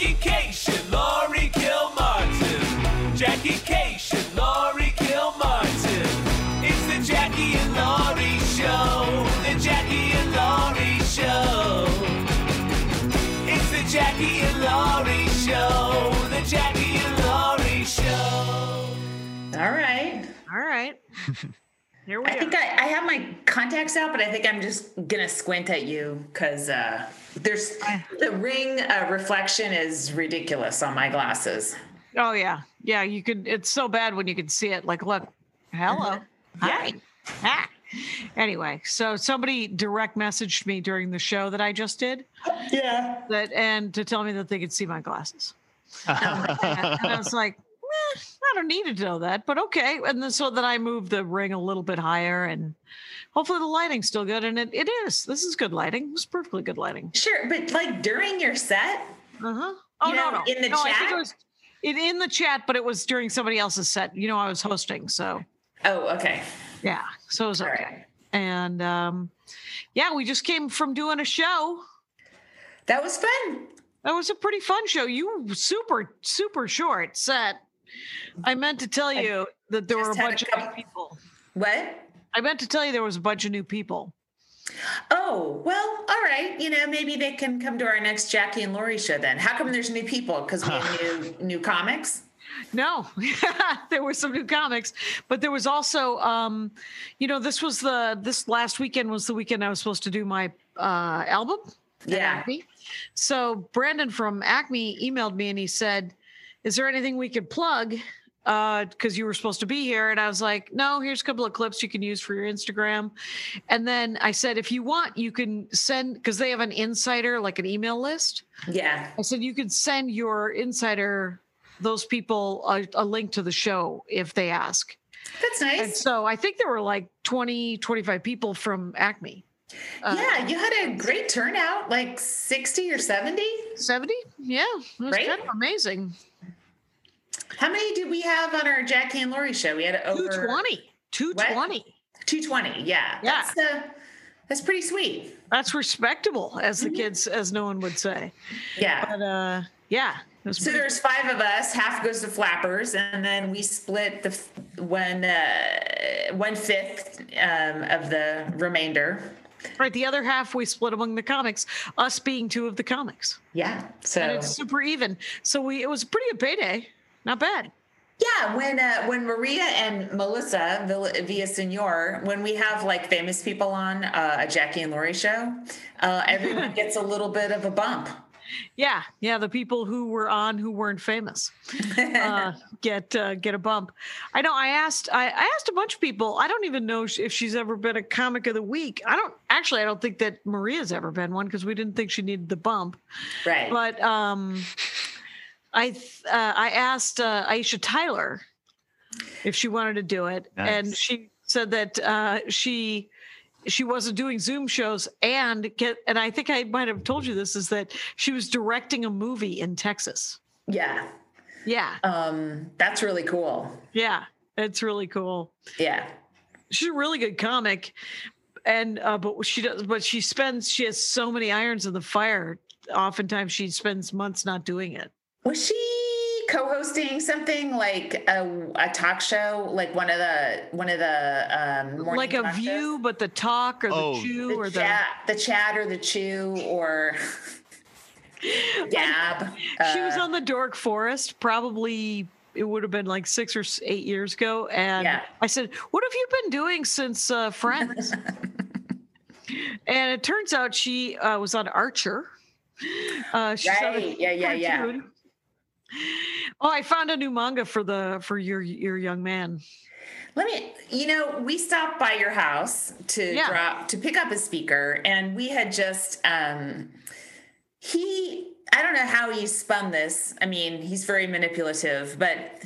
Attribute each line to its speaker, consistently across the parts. Speaker 1: Cation, Laurie Kilmartin. Jackie Cation, Laurie Kilmartin. It's the Jackie and Laurie Show. The Jackie and Laurie Show. It's the Jackie and Laurie Show. The Jackie and Laurie Show.
Speaker 2: All right.
Speaker 3: All right. Here we
Speaker 2: I think
Speaker 3: are.
Speaker 2: I, I have my contacts out, but I think I'm just gonna squint at you because uh, there's the ring uh, reflection is ridiculous on my glasses.
Speaker 3: oh yeah. Yeah, you could it's so bad when you can see it. Like, look, hello.
Speaker 2: Mm-hmm.
Speaker 3: Hi. Ah. Anyway, so somebody direct messaged me during the show that I just did
Speaker 2: Yeah.
Speaker 3: that and to tell me that they could see my glasses. and I was like, "Eh, I don't need to know that, but okay. And then so then I moved the ring a little bit higher and hopefully the lighting's still good. And it, it is. This is good lighting. It's perfectly good lighting.
Speaker 2: Sure, but like during your set,
Speaker 3: Uh-huh. Oh
Speaker 2: You
Speaker 3: no,
Speaker 2: know,
Speaker 3: no.
Speaker 2: in the
Speaker 3: No, I think
Speaker 2: chat?
Speaker 3: it was in, in the chat, but it was during somebody else's set. You know, I was hosting, so
Speaker 2: oh okay,
Speaker 3: yeah. So it was
Speaker 2: all
Speaker 3: okay.
Speaker 2: right.
Speaker 3: And um yeah, we just came from doing a show.
Speaker 2: That was fun.
Speaker 3: That was a pretty fun show. You super, super short set. I meant to tell you that there were a
Speaker 2: just had a
Speaker 3: bunch of
Speaker 2: couple-
Speaker 3: new people.
Speaker 2: What?
Speaker 3: I meant to tell you there was a bunch of new people.
Speaker 2: Oh well, all right. You know, maybe they can come to our next Jackie and Lori show then. How come there's new people? Because we have new new comics.
Speaker 3: No, there were some new comics, but there was also, um, you know, this was the this last weekend was the weekend I was supposed to do my uh, album. at
Speaker 2: Yeah.
Speaker 3: Acme. So Brandon from Acme emailed me and he said, "Is there anything we could plug?" Because you were supposed to be here, and I was like, "No, here's a couple of clips you can use for your Instagram." And then I said, "If you want, you can send because they have an insider like an email list."
Speaker 2: Yeah.
Speaker 3: I said you could send your insider those people a, a link to the show if they ask.
Speaker 2: That's
Speaker 3: And
Speaker 2: nice.
Speaker 3: so I think there were like 20, 25 people from Acme. Uh,
Speaker 2: yeah, you had a great turnout, like 60 or 70.
Speaker 3: 70? Yeah. It was
Speaker 2: Right?
Speaker 3: kind of amazing.
Speaker 2: How many did we have on our Jackie and Lori show? We had over
Speaker 3: 220. 220.
Speaker 2: 220. Yeah.
Speaker 3: Yeah.
Speaker 2: That's, uh, that's pretty sweet.
Speaker 3: That's respectable, as
Speaker 2: Mm-hmm.
Speaker 3: the kids, as no one would say.
Speaker 2: Yeah.
Speaker 3: But uh, yeah. It was
Speaker 2: So
Speaker 3: pretty-
Speaker 2: there's five of us. Half goes to Flappers, and then we split the f- one uh, one fifth um, of the remainder.
Speaker 3: right. The other half we split among the comics, us being two of the comics.
Speaker 2: Yeah. So
Speaker 3: And it's super even. So we, it was pretty a payday. Not bad.
Speaker 2: Yeah, when uh, when Maria and Melissa Vill- Villa Senor, when we have like famous people on uh, a Jackie and Lori show, uh, everyone gets a little bit of a bump.
Speaker 3: Yeah, yeah, the people who were on who weren't famous uh, get uh, get a bump. I know. I asked. I, I asked a bunch of people. I don't even know sh- if she's ever been a comic of the week. I don't actually. I don't think that Maria's ever been one because we didn't think she needed the bump.
Speaker 2: Right.
Speaker 3: But um, I th- uh, I asked uh, Aisha Tyler if she wanted to do it, and
Speaker 4: Nice.
Speaker 3: she said that uh, she she wasn't doing Zoom shows and get and I think I might have told you this is that she was directing a movie in Texas.
Speaker 2: yeah.
Speaker 3: Yeah,
Speaker 2: Um, that's really cool.
Speaker 3: yeah, it's really cool.
Speaker 2: Yeah.
Speaker 3: She's a really good comic, and uh, but she does but she spends she has so many irons in the fire. Oftentimes she spends months not doing it.
Speaker 2: Was she co-hosting something like a, a talk show, like one of the one of the um, morning
Speaker 3: like a
Speaker 2: talk shows?
Speaker 3: view, but the talk or the
Speaker 4: Oh.
Speaker 3: chew
Speaker 2: The
Speaker 3: or the
Speaker 2: chat, the chat or the chew or dab?
Speaker 3: she was
Speaker 2: Uh,
Speaker 3: on the Dork Forest. Probably it would have been like six or s- eight years ago, and
Speaker 2: Yeah.
Speaker 3: I said, "What have you been doing since uh, Friends?" and it turns out she uh, was on Archer. Uh, she's on a
Speaker 2: Right. Yeah, yeah, yeah.
Speaker 3: cartoon. Oh, I found a new manga for the for your your young man.
Speaker 2: Let me, you know, we stopped by your house to
Speaker 3: Yeah.
Speaker 2: drop to pick up a speaker, and we had just um he I don't know how he spun this. I mean, he's very manipulative, but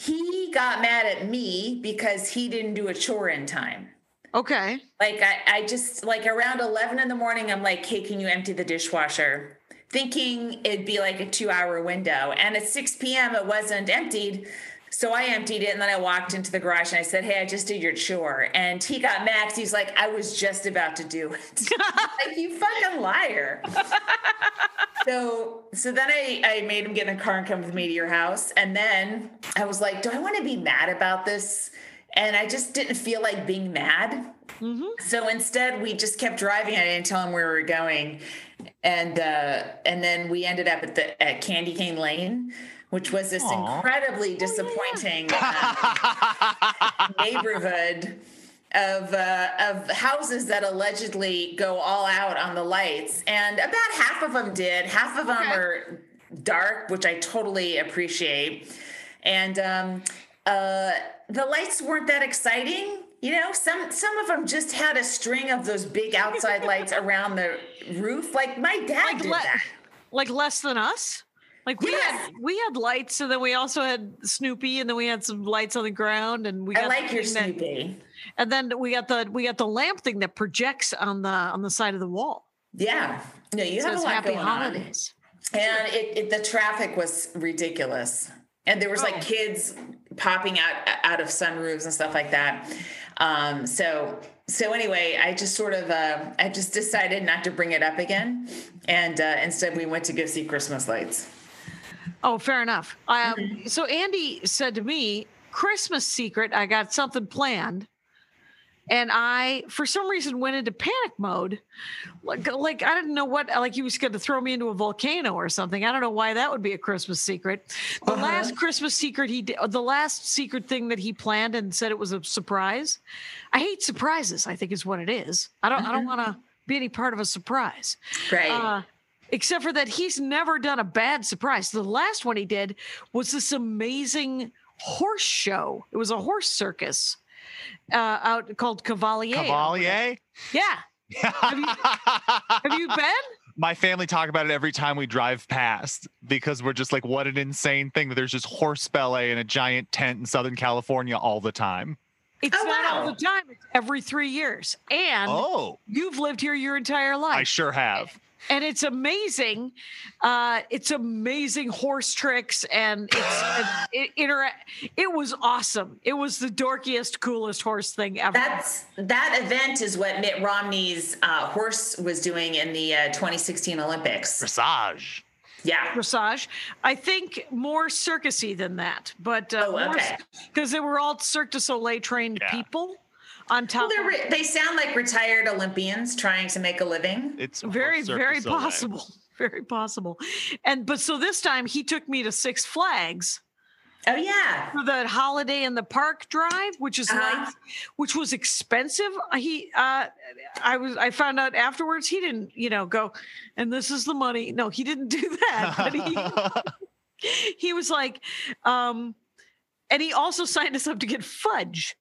Speaker 2: he got mad at me because he didn't do a chore in time.
Speaker 3: Okay.
Speaker 2: Like I, I just like around eleven in the morning, I'm like, hey, can you empty the dishwasher? Thinking it'd be like a two hour window. And at 6 p.m. it wasn't emptied. So I emptied it and then I walked into the garage and I said, Hey, I just did your chore. And he got mad 'cause he's like, I was just about to do it. like, you fucking liar. So so then I, I made him get in the car and come with me to your house. And then I was like, do I want to be mad about this? And I just didn't feel like being mad. So instead, we just kept driving. I didn't tell him where we were going, and uh, and then we ended up at the at Candy Cane Lane, which was this incredibly disappointing um, neighborhood of uh, of houses that allegedly go all out on the lights, and about half of them did. Half of them
Speaker 3: Okay.
Speaker 2: are dark, which I totally appreciate, and um, uh, the lights weren't that exciting. You know, some some of them just had a string of those big outside lights around the roof. Like my dad
Speaker 3: like,
Speaker 2: did
Speaker 3: le-
Speaker 2: that.
Speaker 3: like less than us. Like we
Speaker 2: Yes.
Speaker 3: had we had lights, and then we also had Snoopy, and then we had some lights on the ground, and we got
Speaker 2: I
Speaker 3: the
Speaker 2: like your
Speaker 3: thing that-
Speaker 2: Snoopy.
Speaker 3: and then we got the we got the lamp thing that projects on the on the side of the wall.
Speaker 2: Yeah. No, you have a
Speaker 3: Says
Speaker 2: lot
Speaker 3: Happy
Speaker 2: going on.
Speaker 3: Holidays.
Speaker 2: and it, it the traffic was ridiculous and there was
Speaker 3: Oh.
Speaker 2: like kids popping out out of sunroofs and stuff like that um so so anyway i just sort of uh i just decided not to bring it up again and uh instead we went to go see christmas lights
Speaker 3: Oh, fair enough. Um, So Andy said to me, Christmas secret, I got something planned. And I, for some reason, went into panic mode. Like, like I didn't know what, like he was going to throw me into a volcano or something. I don't know why that would be a Christmas secret. The
Speaker 2: Uh-huh.
Speaker 3: last Christmas secret he did, the last secret thing that he planned and said it was a surprise. I hate surprises. I think is what it is. I don't. I don't want to be any part of a surprise.
Speaker 2: right
Speaker 3: Uh, except for that he's never done a bad surprise. The last one he did was this amazing horse show. It was a horse circus uh, out called Cavalier.
Speaker 4: Cavalier.
Speaker 3: Yeah. Have you, have you been?
Speaker 4: My family talk about it every time we drive past because we're just like, what an insane thing that there's just horse ballet in a giant tent in Southern California all the time.
Speaker 3: It's
Speaker 2: Oh,
Speaker 3: not all
Speaker 2: wow.
Speaker 3: the time. It's every three years. And
Speaker 4: Oh,
Speaker 3: you've lived here your entire life.
Speaker 4: I sure have.
Speaker 3: and it's amazing. Uh, it's amazing horse tricks, and it's it, intera- It was awesome. It was the dorkiest, coolest horse thing ever.
Speaker 2: that's that event is what mitt romney's uh horse was doing in the uh, 2016 olympics
Speaker 4: Dressage.
Speaker 2: yeah
Speaker 3: dressage. I think more circusy than that, but uh,
Speaker 2: Oh, okay.
Speaker 3: because they were all Cirque du Soleil trained
Speaker 4: Yeah.
Speaker 3: people on top.
Speaker 2: well, they're re- they sound like retired olympians trying to make a living
Speaker 4: It's
Speaker 3: of very,
Speaker 4: horse Cirque du
Speaker 3: very
Speaker 4: Soleil.
Speaker 3: possible, very possible. And but so this time he took me to Six Flags
Speaker 2: oh yeah
Speaker 3: for the Holiday in the Park drive, which is
Speaker 2: Uh-huh.
Speaker 3: nice, which was expensive. Uh, He, uh, I was, I found out afterwards he didn't, you know, go, and this is the money. No, he didn't do that. But he, he was like, um, and he also signed us up to get fudge.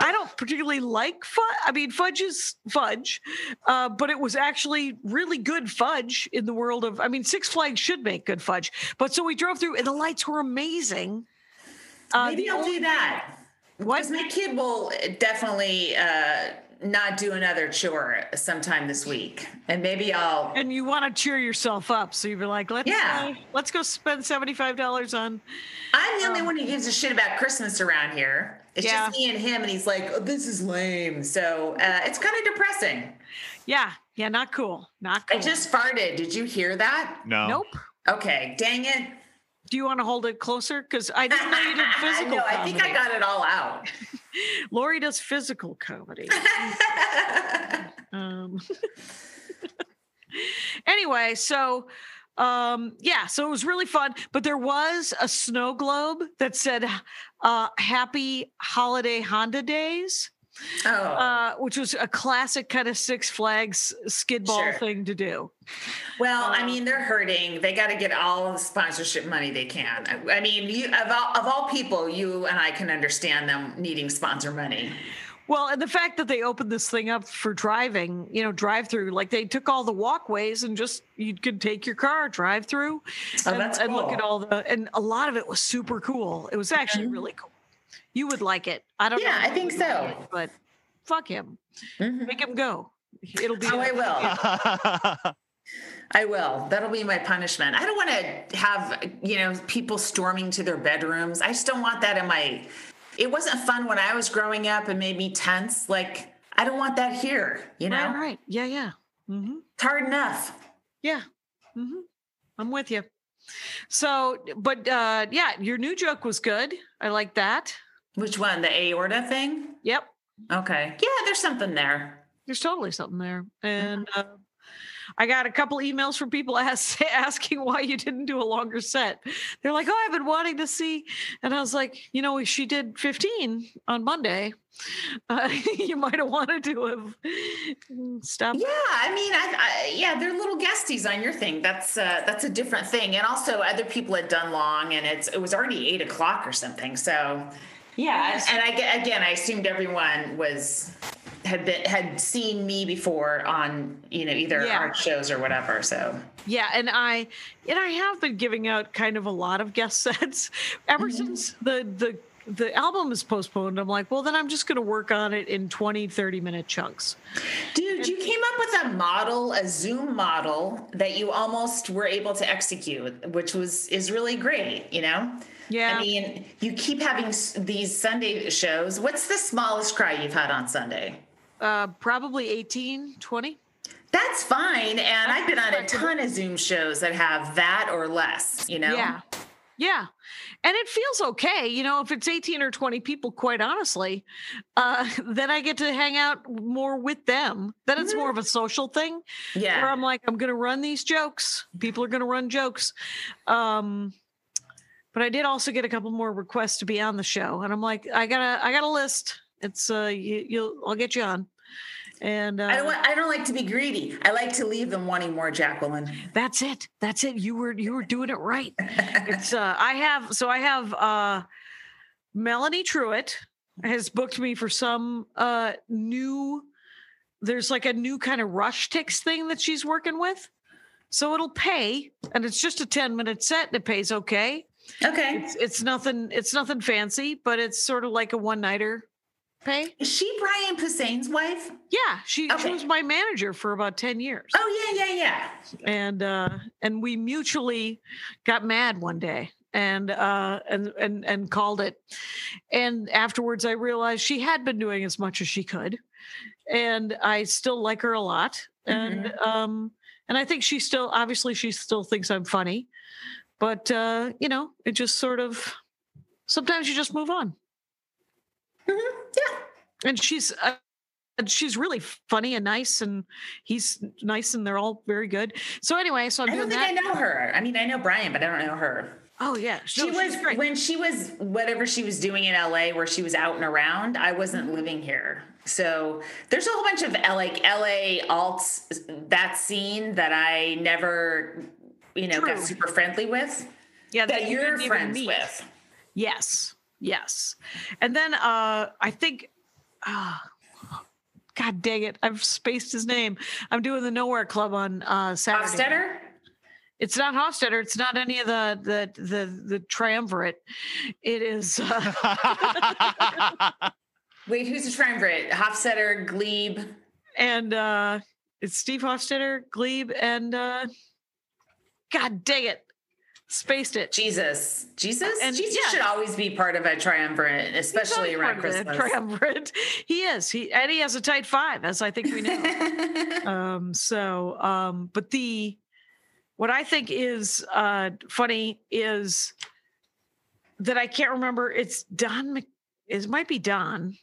Speaker 3: I don't particularly like fudge. I mean, fudge is fudge, uh, but it was actually really good fudge in the world of. I mean, Six Flags should make good fudge. But so we drove through, and the lights were amazing. Uh,
Speaker 2: maybe
Speaker 3: the
Speaker 2: i'll
Speaker 3: only-
Speaker 2: do that
Speaker 3: what?
Speaker 2: Because my kid will definitely uh, not do another chore sometime this week, and maybe I'll.
Speaker 3: and you want to cheer yourself up, so you're like, let's
Speaker 2: Yeah.
Speaker 3: uh, let's go spend seventy five dollars on.
Speaker 2: I'm the only one who gives a shit about Christmas around here. It's
Speaker 3: Oh. Yeah.
Speaker 2: just me and him, and he's like, oh, "This is lame." So uh, it's kind of depressing.
Speaker 3: Yeah, yeah, not cool, not
Speaker 2: I
Speaker 3: cool.
Speaker 2: just farted. Did you hear that?
Speaker 4: No.
Speaker 3: nope.
Speaker 2: Okay, dang it.
Speaker 3: Do you want to hold it closer? Because I didn't know you did physical.
Speaker 2: no, I think I
Speaker 3: comedy.
Speaker 2: got it all out.
Speaker 3: Lori does physical comedy. um, anyway, so um, yeah, so it was really fun. But there was a snow globe that said uh, "Happy Holiday Honda Days,"
Speaker 2: Oh,
Speaker 3: uh, which was a classic kind of Six Flags skid ball
Speaker 2: Sure.
Speaker 3: thing to do.
Speaker 2: well,
Speaker 3: uh.
Speaker 2: I mean, they're hurting. They got to get all the sponsorship money they can. I- I mean, you of all, of all people, you and I can understand them needing sponsor money.
Speaker 3: Well, and the fact that they opened this thing up for driving, you know, drive through, like they took all the walkways and just you could take your car, drive through,
Speaker 2: Oh,
Speaker 3: and,
Speaker 2: that's
Speaker 3: and look at
Speaker 2: cool. Mm-hmm.
Speaker 3: all the and a lot of it was super cool. It was actually really cool. You would like it. I don't
Speaker 2: Yeah, I
Speaker 3: know.
Speaker 2: think so. Mm-hmm.
Speaker 3: But fuck him. Make him go. It'll be
Speaker 2: Oh, I will. I will. That'll be my punishment. I don't want to have, you know, people storming to their bedrooms. I just don't want that in my. It wasn't fun when I was growing up and made me tense. Like, I don't want that here, you know?
Speaker 3: Right, right. Yeah, yeah. hmm
Speaker 2: It's hard enough.
Speaker 3: Yeah. hmm I'm with you. So, but uh, yeah, your new joke was good. I like that.
Speaker 2: Which one? The aorta thing?
Speaker 3: Yep.
Speaker 2: Okay. Yeah, there's something there.
Speaker 3: There's totally something there. And uh, I got a couple emails from people ask, asking why you didn't do a longer set. They're like, "Oh, I've been wanting to see," and I was like, "You know, she did 15 on Monday. Uh, you might have wanted to have mm, stopped."
Speaker 2: Yeah, I mean, I, I, yeah, they're little guesties on your thing. That's uh, that's a different thing, and also other people had done long, and it's it was already eight o'clock or something. So yeah, and, and I ge- again, I assumed everyone was had been had seen me before on you know either
Speaker 3: Yeah.
Speaker 2: art shows or whatever. So
Speaker 3: Yeah, and I and I have been giving out kind of a lot of guest sets ever since the the the album is postponed. I'm like, well, then I'm just going to work on it in 20, 30 minute chunks.
Speaker 2: Dude, you came up with a model, a Zoom model that you almost were able to execute, which was is really great. You know,
Speaker 3: Yeah.
Speaker 2: I mean, you keep having s- these Sunday shows. What's the smallest cry you've had on Sunday?
Speaker 3: Uh, probably 18, 20.
Speaker 2: That's fine, and I've been on a ton of Zoom shows that have that or less. You know,
Speaker 3: Yeah. Yeah. And it feels okay. You know, if it's 18 or 20 people, quite honestly, uh, then I get to hang out more with them. Then it's more of a social thing
Speaker 2: Mm-hmm. yeah.
Speaker 3: where I'm like, I'm going to run these jokes. People are going to run jokes. Um, but I did also get a couple more requests to be on the show. And I'm like, I got a, I got a list. It's, uh, you, you'll, I'll get you on. And uh,
Speaker 2: I don't. want- I don't like to be greedy. I like to leave them wanting more, Jacqueline.
Speaker 3: that's it that's it you were you were doing it right it's uh i have so i have uh melanie truitt has booked me for some uh new there's like a new kind of rush ticks thing that she's working with so it'll pay and it's just a 10 minute set and it pays okay
Speaker 2: Okay.
Speaker 3: it's, it's nothing it's nothing fancy but it's sort of like a one nighter pay
Speaker 2: Is she Brian Poussain's wife?
Speaker 3: yeah she, she
Speaker 2: Okay.
Speaker 3: was my manager for about 10 years
Speaker 2: Oh yeah, yeah, yeah.
Speaker 3: and uh and we mutually got mad one day and uh and and and called it and afterwards i realized she had been doing as much as she could and i still like her a lot and
Speaker 2: Mm-hmm.
Speaker 3: um and i think she still obviously she still thinks i'm funny but uh you know it just sort of sometimes you just move on
Speaker 2: Mhm, Yeah.
Speaker 3: and she's uh, and she's really funny and nice and he's nice and they're all very good so anyway so i'm
Speaker 2: I
Speaker 3: doing
Speaker 2: don't think
Speaker 3: that
Speaker 2: I know her. I mean, I know Brian, but I don't know her.
Speaker 3: Oh yeah,
Speaker 2: She was when she was whatever she was doing in LA, where she was out and around. I
Speaker 3: Mm-hmm.
Speaker 2: wasn't living here, so there's a whole bunch of LA, like LA alts that scene that I never, you know,
Speaker 3: True.
Speaker 2: got super friendly with.
Speaker 3: yeah,
Speaker 2: That,
Speaker 3: you
Speaker 2: you're
Speaker 3: didn't even
Speaker 2: friends
Speaker 3: meet.
Speaker 2: with.
Speaker 3: Yes, yes, and then uh, I think, uh, God dang it, I've spaced his name. I'm doing the Nowhere Club on uh, Saturday.
Speaker 2: Hofstetter?
Speaker 3: It's not Hofstetter. It's not any of the the the the triumvirate. It is. Uh,
Speaker 2: Wait, who's the triumvirate? Hofstetter, Glebe.
Speaker 3: and uh it's Steve Hofstetter, Glebe, and uh God dang it, spaced it.
Speaker 2: Jesus. Jesus?
Speaker 3: And-
Speaker 2: Jesus
Speaker 3: yeah.
Speaker 2: should always be part of a triumvirate,
Speaker 3: He's
Speaker 2: especially
Speaker 3: always
Speaker 2: around
Speaker 3: part of the
Speaker 2: Christmas.
Speaker 3: triumvirate. He is. He and he has a tight five, as I think we know. um, so, um, but the what I think is uh, funny is that I can't remember. It's Don. Mc, it might be Don.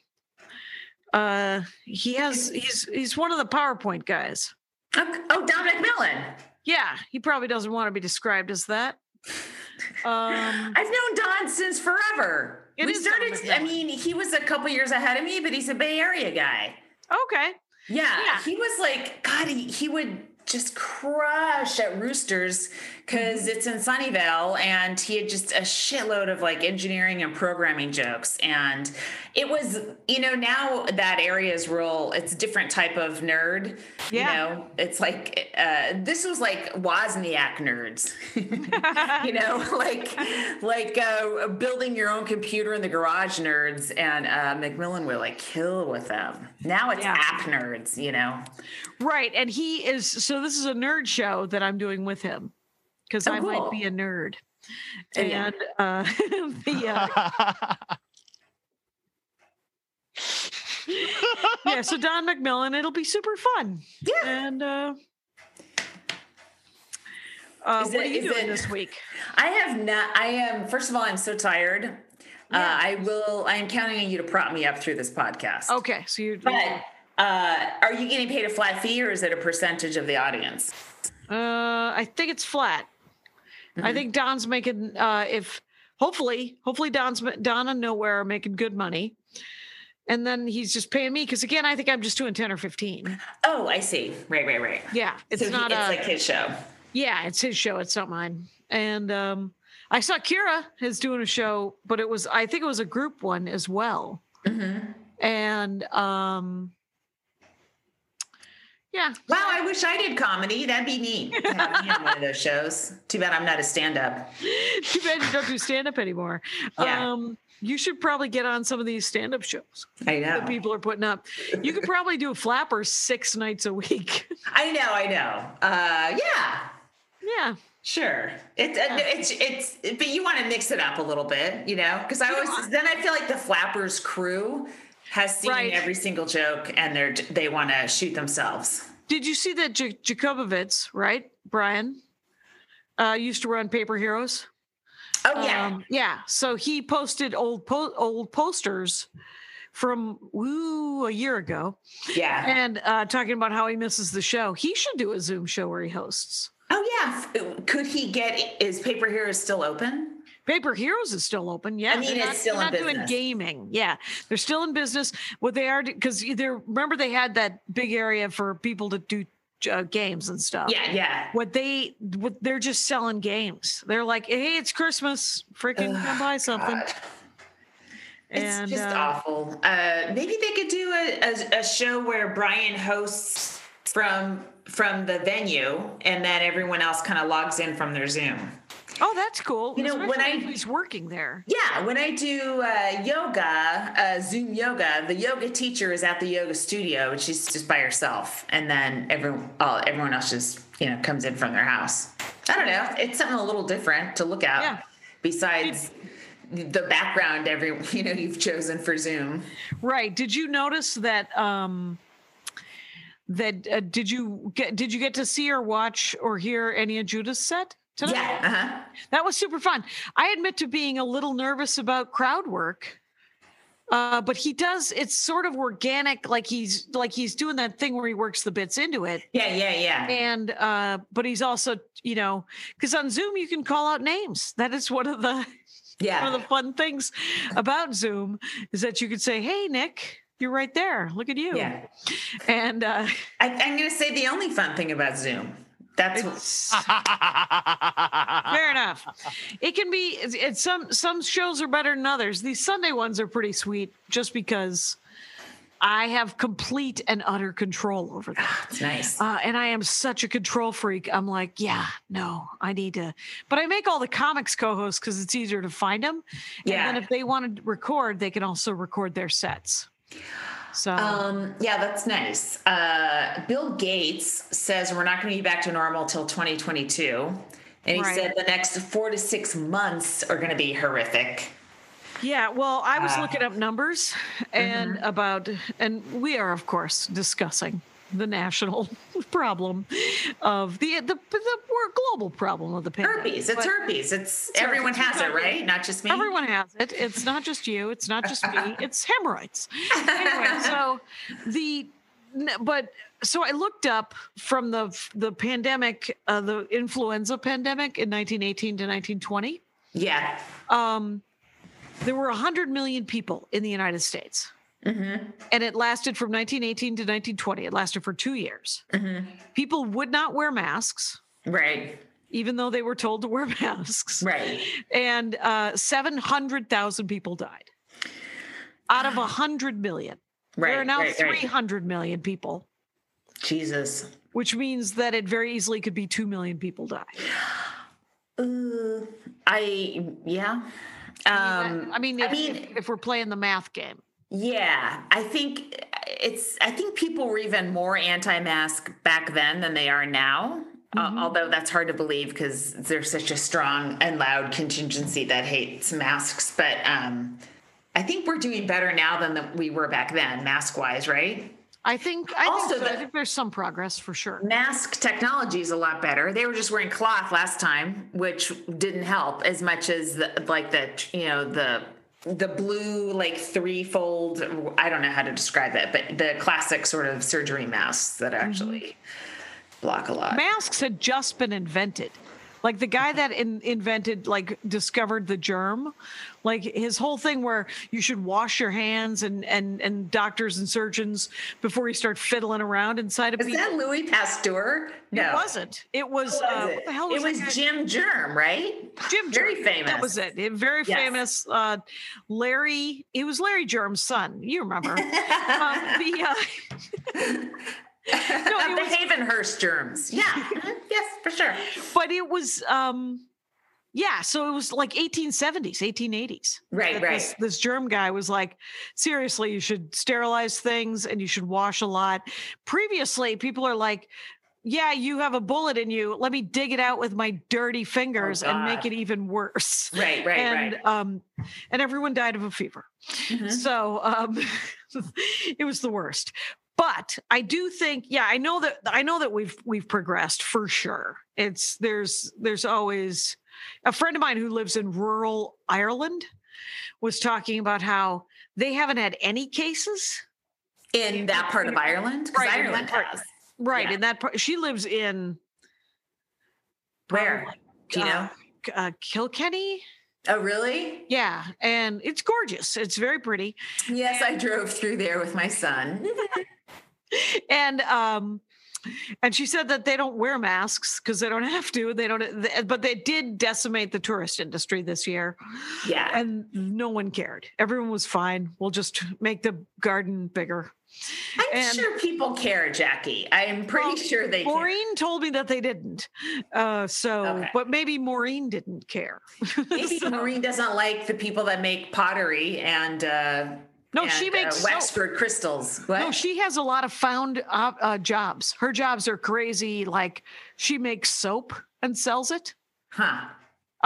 Speaker 3: Uh, he has. He's he's one of the PowerPoint guys.
Speaker 2: oh, Dominic Mellon.
Speaker 3: Yeah, he probably doesn't want to be described as that. Um,
Speaker 2: I've known Don since forever.
Speaker 3: It
Speaker 2: we
Speaker 3: is
Speaker 2: started.
Speaker 3: Don
Speaker 2: I
Speaker 3: McMillan.
Speaker 2: mean, he was a couple years ahead of me, but he's a Bay Area guy.
Speaker 3: okay.
Speaker 2: Yeah,
Speaker 3: Yeah.
Speaker 2: he was like God. He, he would just crush at Roosters because
Speaker 3: Mm-hmm.
Speaker 2: it's in Sunnyvale, and he had just a shitload of like engineering and programming jokes. And it was, you know, now that area is real. It's a different type of nerd.
Speaker 3: Yeah.
Speaker 2: You know, it's like uh, this was like Wozniak nerds. you know like like uh, building your own computer in the garage nerds and uh, mcmillan were like kill with them now it's
Speaker 3: Yeah.
Speaker 2: app nerds you know
Speaker 3: Right. And he is so this is a nerd show that I'm doing with him because
Speaker 2: Oh,
Speaker 3: I might be
Speaker 2: cool. Oh,
Speaker 3: a nerd.
Speaker 2: Yeah.
Speaker 3: And uh, the, uh, yeah, so Don McMillan, it'll be super fun.
Speaker 2: Yeah.
Speaker 3: And uh, Uh,
Speaker 2: Is
Speaker 3: what
Speaker 2: it-
Speaker 3: are you
Speaker 2: is
Speaker 3: doing
Speaker 2: it-
Speaker 3: this week?
Speaker 2: I have not. I am. First of all, I'm so tired. Uh, I will. I am counting on you to prop me up through this podcast.
Speaker 3: Okay, so you.
Speaker 2: But uh, are you getting paid a flat fee or is it a percentage of the audience?
Speaker 3: Uh, I think it's flat. I
Speaker 2: Mm-hmm.
Speaker 3: think Don's making uh if hopefully hopefully Don's Don and Nowhere are making good money. And then he's just paying me because again, I think I'm just doing 10 or 15.
Speaker 2: Oh, I see. Right, right, right.
Speaker 3: Yeah. It's
Speaker 2: so he-
Speaker 3: not
Speaker 2: it's
Speaker 3: a,
Speaker 2: like his show.
Speaker 3: yeah, it's his show, it's not mine. And um I saw Kira is doing a show, but it was I think it was a group one as well.
Speaker 2: Mhm.
Speaker 3: And um yeah.
Speaker 2: Wow, I wish I did comedy. That'd be neat. to have me on one of those shows. Too bad I'm not a stand-up.
Speaker 3: Too bad you don't do stand up anymore.
Speaker 2: Yeah.
Speaker 3: Um you should probably get on some of these stand up shows.
Speaker 2: I
Speaker 3: that
Speaker 2: know.
Speaker 3: people are putting up. You could probably do a flapper six nights a week.
Speaker 2: I know. I know. Uh, yeah.
Speaker 3: yeah.
Speaker 2: Sure. It's uh, it's it's but you want to mix it up a little bit, you know, because I always then I feel like the flappers crew has seen
Speaker 3: Right.
Speaker 2: every single joke and they're they want to shoot themselves.
Speaker 3: Did you see that Ja- Jacobovitz, right, Brian? Uh, used to run Paper Heroes.
Speaker 2: Oh yeah.
Speaker 3: Um, yeah. So he posted old po- old posters from woo a year ago,
Speaker 2: yeah.
Speaker 3: and uh, talking about how he misses the show. He should do a Zoom show where he hosts.
Speaker 2: oh yeah. F- Could he get is Paper Heroes still open?
Speaker 3: Paper Heroes is still open. Yeah,
Speaker 2: I mean,
Speaker 3: they're
Speaker 2: it's
Speaker 3: not,
Speaker 2: still
Speaker 3: they're
Speaker 2: in
Speaker 3: not doing
Speaker 2: business.
Speaker 3: gaming. Yeah, they're still in business. What they are because they're remember they had that big area for people to do uh, games and stuff.
Speaker 2: Yeah, yeah.
Speaker 3: What they what they're just selling games. They're like, hey, it's Christmas, freaking come buy something.
Speaker 2: God. It's
Speaker 3: And,
Speaker 2: just
Speaker 3: uh,
Speaker 2: awful. Uh, maybe they could do a, a, a show where Brian hosts from from the venue, and then everyone else kind of logs in from their Zoom.
Speaker 3: Oh, that's cool.
Speaker 2: You know, when
Speaker 3: especially
Speaker 2: I-
Speaker 3: if he's working there.
Speaker 2: Yeah, when I do uh, yoga, uh, Zoom yoga, the yoga teacher is at the yoga studio, and she's just by herself, and then everyone, all, everyone else just you know comes in from their house. I don't know. It's something a little different to look at
Speaker 3: Yeah.
Speaker 2: besides the background every you know you've chosen for Zoom.
Speaker 3: Right. Did you notice that um that uh, did you get did you get to see or watch or hear any of Judas set tonight?
Speaker 2: Yeah. Uh-huh.
Speaker 3: That was super fun. I admit to being a little nervous about crowd work. Uh, but he does it's sort of organic like he's like he's doing that thing where he works the bits into it
Speaker 2: Yeah. Yeah. Yeah.
Speaker 3: and uh but he's also you know because on zoom you can call out names that is one of the one
Speaker 2: Yeah.
Speaker 3: of the fun things about zoom is that you could say hey nick you're right there look at you
Speaker 2: Yeah.
Speaker 3: and uh
Speaker 2: I, I'm going to say the only fun thing about Zoom. That's
Speaker 3: it's Fair enough. It can be. It's, it's some some shows are better than others. These Sunday ones are pretty sweet, just because I have complete and utter control over them.
Speaker 2: it's nice.
Speaker 3: Uh, and I am such a control freak. I'm like, yeah, no, I need to. But I make all the comics co-hosts because it's easier to find them.
Speaker 2: Yeah.
Speaker 3: And then if they want to record, they can also record their sets. So
Speaker 2: Um, yeah, that's nice. Uh, Bill Gates says we're not going to be back to normal till 2022. And he
Speaker 3: Right.
Speaker 2: said the next four to six months are going to be horrific.
Speaker 3: Yeah, well, I was looking up numbers and about, and we are, of course, discussing the national problem of the the, the more global problem of the pandemic.
Speaker 2: Herpes. It's
Speaker 3: But
Speaker 2: herpes. It's everyone
Speaker 3: herpes.
Speaker 2: has it, right? Not just me.
Speaker 3: Everyone has it. It's not just you. It's not just me. It's hemorrhoids. Anyway, so the n- but so I looked up from the the pandemic, uh, the influenza pandemic in 1918 to 1920.
Speaker 2: Yeah.
Speaker 3: um, there were 100 million people in the United States.
Speaker 2: Mm-hmm.
Speaker 3: And it lasted from 1918 to 1920. It lasted for two years.
Speaker 2: Mm-hmm.
Speaker 3: People would not wear masks,
Speaker 2: Right.
Speaker 3: even though they were told to wear masks.
Speaker 2: Right.
Speaker 3: And uh, 700,000 people died out of 100 million.
Speaker 2: Right.
Speaker 3: there are now
Speaker 2: right, right.
Speaker 3: 300 million people,
Speaker 2: Jesus.
Speaker 3: which means that it very easily could be 2 million people die.
Speaker 2: Ooh. I, yeah. Um,
Speaker 3: I mean,
Speaker 2: I
Speaker 3: if,
Speaker 2: mean-
Speaker 3: if, if we're playing the math game.
Speaker 2: Yeah, I think uh, it's. I think people were even more anti-mask back then than they are now. Uh, although that's hard to believe because there's such a strong and loud contingency that hates masks. But um, I think we're doing better now than the, we were back then, mask-wise, right?
Speaker 3: I think I
Speaker 2: Also,
Speaker 3: think, so. I
Speaker 2: the-
Speaker 3: think there's some progress for sure.
Speaker 2: Mask technology is a lot better. They were just wearing cloth last time, which didn't help as much as the like the you know the the blue like threefold. I don't know how to describe it, but the classic sort of surgery masks that
Speaker 3: Mm-hmm.
Speaker 2: actually block a lot.
Speaker 3: masks had just been invented like the guy that in, invented like discovered the germ like his whole thing where you should wash your hands and and and doctors and surgeons before you start fiddling around inside of
Speaker 2: Was
Speaker 3: people
Speaker 2: that Louis Pasteur? No,
Speaker 3: it wasn't it was,
Speaker 2: What
Speaker 3: uh,
Speaker 2: was
Speaker 3: what
Speaker 2: it?
Speaker 3: the hell
Speaker 2: it
Speaker 3: was
Speaker 2: was
Speaker 3: that guy-
Speaker 2: Jim Germ, right?
Speaker 3: Jim
Speaker 2: Very
Speaker 3: Germ.
Speaker 2: famous.
Speaker 3: That was it. It- Very
Speaker 2: Yes.
Speaker 3: famous. Uh, Larry. It was Larry Germ's son. You remember? um, the, uh, no,
Speaker 2: Of
Speaker 3: it
Speaker 2: the
Speaker 3: was
Speaker 2: Havenhurst germs. Yeah. Mhm. yes, for sure.
Speaker 3: but it was um yeah so it was like 1870s 1880s
Speaker 2: Right,
Speaker 3: that
Speaker 2: right.
Speaker 3: this, this germ guy was like seriously you should sterilize things and you should wash a lot previously people are like yeah you have a bullet in you let me dig it out with my dirty fingers and make
Speaker 2: Oh, God.
Speaker 3: it even worse
Speaker 2: Right, right,
Speaker 3: and
Speaker 2: right.
Speaker 3: um and everyone died of a fever
Speaker 2: Mhm.
Speaker 3: so um it was the worst but i do think yeah i know that i know that we've we've progressed for sure it's there's there's always a friend of mine who lives in rural ireland was talking about how they haven't had any cases
Speaker 2: In that part of Ireland? 'Cause
Speaker 3: Right, in that
Speaker 2: Ireland
Speaker 3: part.
Speaker 2: has.
Speaker 3: right
Speaker 2: Yeah.
Speaker 3: in that part she lives in
Speaker 2: Where?
Speaker 3: probably,
Speaker 2: Do you know?
Speaker 3: uh, K- uh, kilkenny
Speaker 2: Um, Oh, really?
Speaker 3: yeah and it's gorgeous it's very pretty
Speaker 2: Yes, I drove through there with my son.
Speaker 3: and um and she said that they don't wear masks because they don't have to they don't th- but they did decimate the tourist industry this year
Speaker 2: Yeah.
Speaker 3: and no one cared everyone was fine we'll just make the garden bigger
Speaker 2: I'm
Speaker 3: and-
Speaker 2: sure people care, Jackie. I am pretty
Speaker 3: Well,
Speaker 2: sure they care.
Speaker 3: maureen told me that they didn't uh so
Speaker 2: Okay.
Speaker 3: but maybe maureen didn't care
Speaker 2: Maybe Maureen doesn't like the people that make pottery and uh
Speaker 3: no she
Speaker 2: and,
Speaker 3: makes
Speaker 2: uh,
Speaker 3: soap.
Speaker 2: Wexford crystals. What?
Speaker 3: No, she has a lot of found uh, uh, jobs. Her jobs are crazy. Like she makes soap and sells it.
Speaker 2: huh.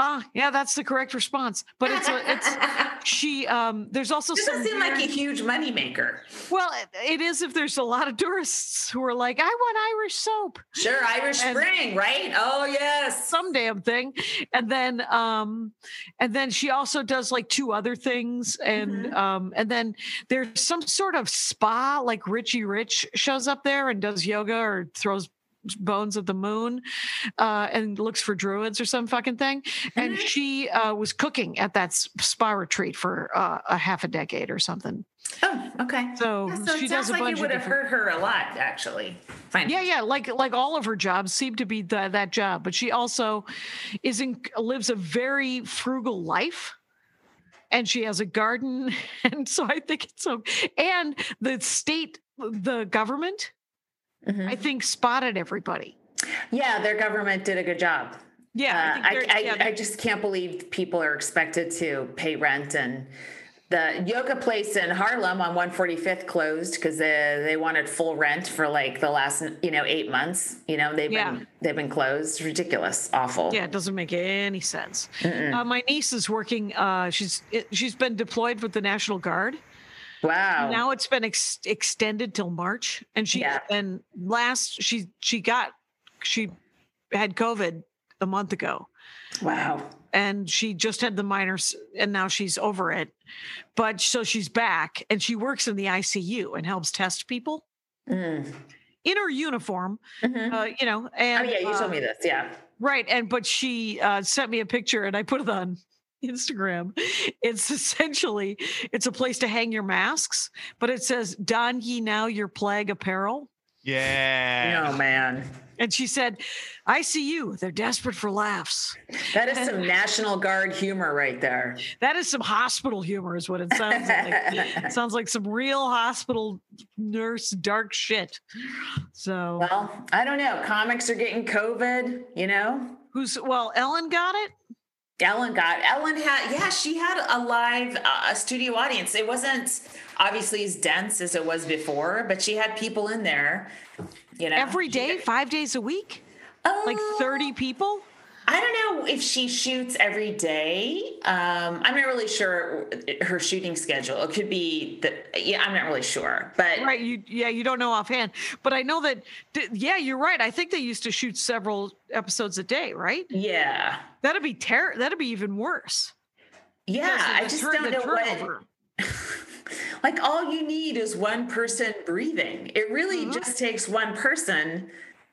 Speaker 3: Ah, yeah, that's the correct response. But it's a, it's she um there's also some
Speaker 2: doesn't seem like a
Speaker 3: weird-
Speaker 2: huge moneymaker.
Speaker 3: well it- it is if there's a lot of tourists who are like i want irish soap
Speaker 2: Sure, Irish
Speaker 3: And-
Speaker 2: Spring, right? Oh yes.
Speaker 3: some damn thing and then um and then she also does like two other things and
Speaker 2: Mhm.
Speaker 3: um and then there's some sort of spa like richie rich shows up there and does yoga or throws bones of the moon uh and looks for druids or some fucking thing
Speaker 2: Mhm.
Speaker 3: and she uh was cooking at that s- spa retreat for uh, a half a decade or something
Speaker 2: Oh, okay.
Speaker 3: So
Speaker 2: Yeah, so
Speaker 3: she
Speaker 2: it sounds
Speaker 3: does a
Speaker 2: like
Speaker 3: bunch
Speaker 2: it would
Speaker 3: of
Speaker 2: have
Speaker 3: different.
Speaker 2: hurt her a lot, actually. Fine.
Speaker 3: Yeah, yeah, like like all of her jobs seem to be tha- that job, but she also is in, lives a very frugal life, and she has a garden, and so I think it's so. And the state, the government, I
Speaker 2: Mm-hmm.
Speaker 3: think spotted everybody.
Speaker 2: Yeah, their government did a good job.
Speaker 3: Yeah,
Speaker 2: Uh, I,
Speaker 3: think they're-
Speaker 2: I,
Speaker 3: yeah,
Speaker 2: I just can't believe people are expected to pay rent and the yoga place in Harlem on 145th closed because they, they wanted full rent for like the last you know eight months. You know they've
Speaker 3: Yeah.
Speaker 2: been they've been closed. Ridiculous, awful.
Speaker 3: Yeah, it doesn't make any sense. Uh, my niece is working. Uh, she's it- she's been deployed with the National Guard.
Speaker 2: Wow.
Speaker 3: now it's been ex- extended till March, and she
Speaker 2: Yeah.
Speaker 3: and last she she got she had COVID a month ago,
Speaker 2: wow.
Speaker 3: and she just had the minor, s- and now she's over it. But so she's back, and she works in the ICU and helps test people
Speaker 2: Mm.
Speaker 3: in her uniform,
Speaker 2: Mhm.
Speaker 3: uh, you know.
Speaker 2: oh
Speaker 3: And
Speaker 2: yeah, you
Speaker 3: uh,
Speaker 2: told me this. Yeah.
Speaker 3: Right. And but she uh, sent me a picture and I put it on Instagram. It's essentially it's a place to hang your masks, but it says don ye now your plague apparel.
Speaker 4: Yeah.
Speaker 2: Oh man,
Speaker 3: And she said, I see you. They're desperate for laughs.
Speaker 2: that is some National Guard humor right there.
Speaker 3: That is some hospital humor, is what it sounds like. it sounds like some real hospital nurse dark shit. So
Speaker 2: Well, I don't know. Comics are getting COVID, you know?
Speaker 3: who's well, Ellen got it?
Speaker 2: Ellen got, Ellen had, yeah, she had a live uh, a studio audience. It wasn't obviously as dense as it was before, but she had people in there, you know?
Speaker 3: Every day, five days a week, like
Speaker 2: Oh,
Speaker 3: 30 people.
Speaker 2: I don't know if she shoots every day. Um, I'm not really sure her shooting schedule. It could be that. Yeah, I'm not really sure. But
Speaker 3: Right. You yeah, you don't know offhand, but I know that. d- Yeah, you're right. I think they used to shoot several episodes a day. Right.
Speaker 2: yeah,
Speaker 3: That'd be ter- That'd be even worse.
Speaker 2: yeah.
Speaker 3: because of
Speaker 2: I
Speaker 3: the
Speaker 2: just
Speaker 3: turn-
Speaker 2: don't
Speaker 3: the
Speaker 2: know what.
Speaker 3: turnover.
Speaker 2: Like all you need is one person breathing. It really
Speaker 3: Mm-hmm.
Speaker 2: just takes one person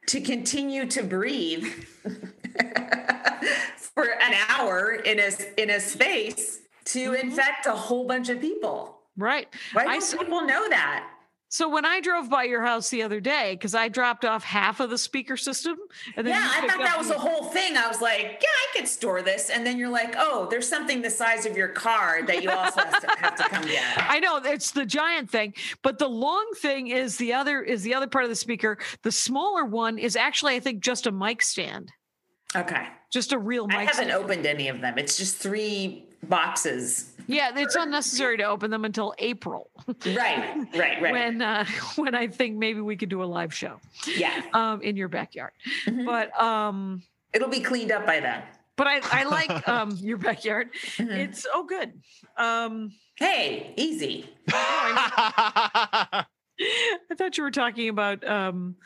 Speaker 2: to continue to breathe for an hour in a in a space to infect a whole bunch of people.
Speaker 3: Right.
Speaker 2: Why
Speaker 3: Mm-hmm. I
Speaker 2: don't
Speaker 3: s-
Speaker 2: people know that?
Speaker 3: so when I drove by your house the other day, because I dropped off half of the speaker system, and then
Speaker 2: Yeah,
Speaker 3: you
Speaker 2: I
Speaker 3: picked
Speaker 2: thought
Speaker 3: up
Speaker 2: that was
Speaker 3: the-
Speaker 2: the whole thing. I was like, yeah, I could store this. And then you're like, oh, there's something the size of your car that you also have to, have to come get.
Speaker 3: I know it's the giant thing, but the long thing is the other is the other part of the speaker. The smaller one is actually, I think, just a mic stand,
Speaker 2: Okay.
Speaker 3: just a real
Speaker 2: I
Speaker 3: mic.
Speaker 2: haven't
Speaker 3: stand.
Speaker 2: opened any of them. It's just three boxes.
Speaker 3: Yeah, it's unnecessary to open them until April,
Speaker 2: Right, right, right.
Speaker 3: when uh, when I think maybe we could do a live show
Speaker 2: yeah.
Speaker 3: um, in your backyard.
Speaker 2: Mm-hmm.
Speaker 3: But um,
Speaker 2: It'll be cleaned up by then.
Speaker 3: but I I like um, your backyard.
Speaker 2: Mhm.
Speaker 3: It's oh good. Um,
Speaker 2: Hey, easy.
Speaker 3: I thought you were talking about um,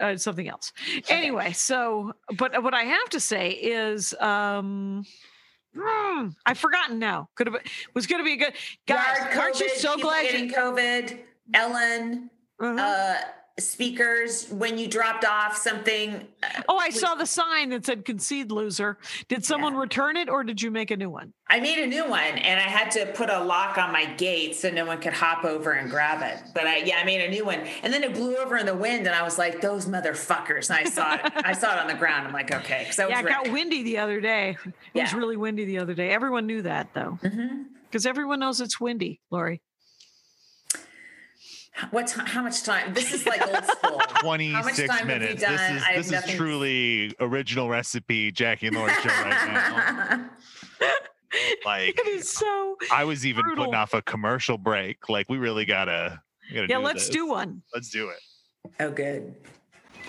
Speaker 3: uh, something else. Anyway, so but what I have to say is um, hmm, I've forgotten now. Could have was going to be a good guys.
Speaker 2: Guard,
Speaker 3: aren't you
Speaker 2: COVID,
Speaker 3: so
Speaker 2: people
Speaker 3: glad?
Speaker 2: getting
Speaker 3: You,
Speaker 2: COVID? Ellen,
Speaker 3: uh
Speaker 2: uh, speakers, when you dropped off something. uh,
Speaker 3: oh, I saw the sign that said "Concede Loser." Did someone
Speaker 2: Yeah.
Speaker 3: return it, or did you make a new one?
Speaker 2: I made a new one and I had to put a lock on my gate so no one could hop over and grab it. But I yeah, I made a new one. And then it blew over in the wind and I was like, those motherfuckers. And I saw it. I saw it on the ground. I'm like, okay. Cause I was
Speaker 3: Yeah, it got
Speaker 2: ready.
Speaker 3: windy the other day. It was
Speaker 2: Yeah. Mm-hmm.
Speaker 3: really windy the other day. Everyone knew that though, because everyone knows it's windy, Lori.
Speaker 2: What time how much time? This is like old school. How much
Speaker 4: 26
Speaker 2: time have you
Speaker 4: minutes.
Speaker 2: done?
Speaker 4: This
Speaker 2: I have
Speaker 4: is this
Speaker 2: nothing-
Speaker 4: is truly original recipe Jackie and Laurie show right now. Like
Speaker 3: It is so.
Speaker 4: I was even putting
Speaker 3: brutal.
Speaker 4: off a commercial break. Like we really gotta, we gotta
Speaker 3: Yeah, let's
Speaker 4: this.
Speaker 3: do one.
Speaker 4: Let's do it.
Speaker 2: oh good.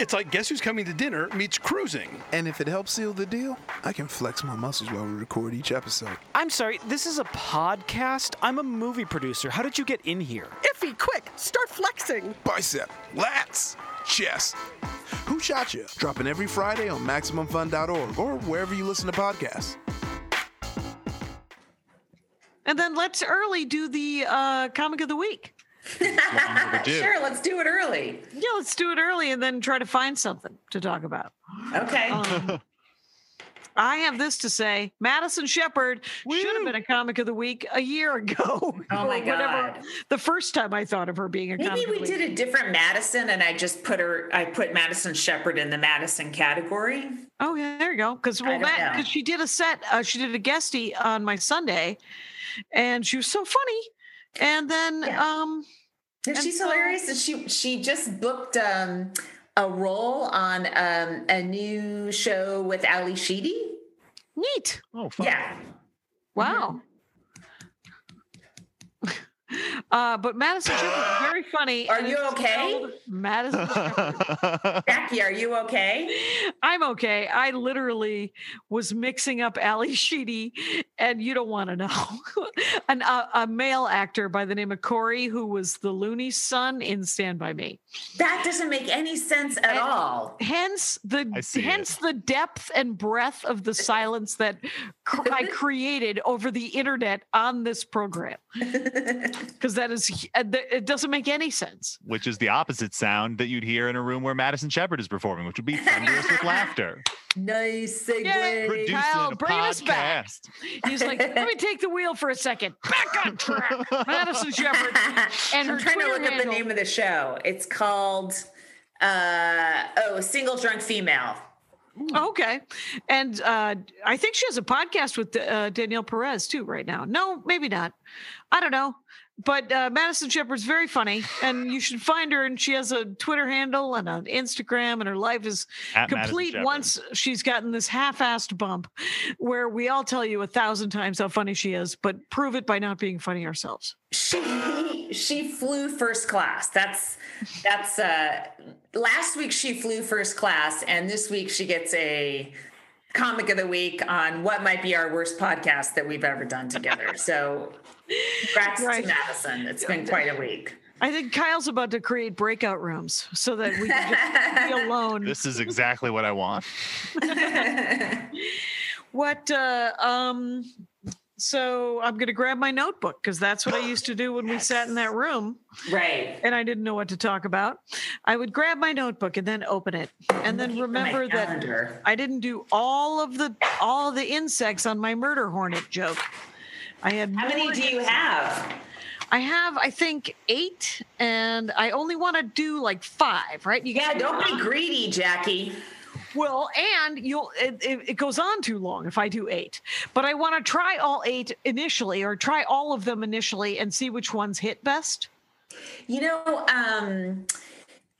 Speaker 5: It's like Guess Who's Coming to Dinner meets Cruising.
Speaker 6: And if it helps seal the deal, I can flex my muscles while we record each episode.
Speaker 7: I'm sorry, this is a podcast? I'm a movie producer. How did you get in here?
Speaker 8: Iffy, quick, start flexing.
Speaker 6: Bicep, lats, chest. Who Shot Ya? Dropping every Friday on MaximumFun.org or wherever you listen to podcasts.
Speaker 3: And then let's early do the uh, comic of the week.
Speaker 4: Long overdue.
Speaker 2: Sure, let's do it early.
Speaker 3: Yeah, let's do it early and then try to find something to talk about.
Speaker 2: Okay.
Speaker 3: Um, I have this to say Madison Shepard should have been a comic of the week a year ago.
Speaker 2: Oh my
Speaker 3: or whatever-
Speaker 2: God.
Speaker 3: The first time I thought of her being a
Speaker 2: Maybe
Speaker 3: comic
Speaker 2: we
Speaker 3: of the week.
Speaker 2: did a different Madison and I just put her I put Madison Shepherd in the Madison category.
Speaker 3: Oh, yeah, there you go. Because well,
Speaker 2: don't
Speaker 3: that
Speaker 2: know.
Speaker 3: because she did a set, uh, she did a guestie on my Sunday, and she was so funny. And then,
Speaker 2: Yeah.
Speaker 3: um,
Speaker 2: And she's
Speaker 3: so-
Speaker 2: hilarious. And she she just booked um, a role on um, a new show with Ali Sheedy.
Speaker 3: neat.
Speaker 4: Oh, fuck.
Speaker 2: Yeah.
Speaker 3: Wow. Uh, but Madison Shepard is very funny.
Speaker 2: Mm-hmm. Are
Speaker 3: and
Speaker 2: you
Speaker 3: it's
Speaker 2: okay?
Speaker 3: spelled Madison Shepard.
Speaker 2: Jackie, are you okay?
Speaker 3: I'm okay. I literally was mixing up Ali Sheedy, and you don't want to know. An, a, a male actor by the name of Corey, who was the Looney's son in Stand By Me.
Speaker 2: That doesn't make any sense at
Speaker 3: And-
Speaker 2: all.
Speaker 3: Hence the
Speaker 4: I see it.
Speaker 3: hence the depth and breadth of the silence that cr- I created over the internet on this program, because that is h- uh, th- it doesn't make any sense.
Speaker 4: Which is the opposite sound that you'd hear in a room where Madison Shepard is performing, which would be thunderous with laughter.
Speaker 2: Nice
Speaker 3: Yay.
Speaker 2: segue.
Speaker 4: Producing
Speaker 3: Kyle,
Speaker 4: a
Speaker 3: bring us back.
Speaker 4: podcast.
Speaker 3: He's like, let me take the wheel for a second. Back on track, Madison Shepard. And her
Speaker 2: I'm trying to
Speaker 3: Twitter
Speaker 2: look up the
Speaker 3: handle-
Speaker 2: name of the show. It's called uh, oh, Single Drunk Female.
Speaker 3: Okay. And uh, I think she has a podcast with uh, Danielle Perez too right now. No, maybe not. I don't know. But uh, Madison Shepard's very funny, and you should find her. And she has a Twitter handle and an Instagram, and her life is
Speaker 4: At Madison
Speaker 3: complete
Speaker 4: Shepard.
Speaker 3: once she's gotten this half-assed bump, where we all tell you a thousand times how funny she is, but prove it by not being funny ourselves.
Speaker 2: she she flew first class that's that's uh last week she flew first class and this week she gets a comic of the week on what might be our worst podcast that we've ever done together so congrats
Speaker 3: Right.
Speaker 2: to madison it's been quite a week
Speaker 3: I think Kyle's about to create breakout rooms so that we can just be alone.
Speaker 4: This is exactly what I want.
Speaker 3: What uh um so I'm gonna grab my notebook because that's what I used to do when we sat in that room
Speaker 2: right
Speaker 3: and I didn't know what to talk about. I would grab my notebook and then open it and then
Speaker 2: Oh
Speaker 3: remember that I didn't do all of the all the insects on my murder hornet joke. I had
Speaker 2: how many
Speaker 3: more-
Speaker 2: do you have
Speaker 3: I have I think eight and I only want to do like five, right? You
Speaker 2: yeah
Speaker 3: gotta do
Speaker 2: don't be greedy jackie
Speaker 3: Well, and you'll it, it, it goes on too long if I do eight, but I want to try all eight initially, or try all of them initially, and see which ones hit best.
Speaker 2: You know, um,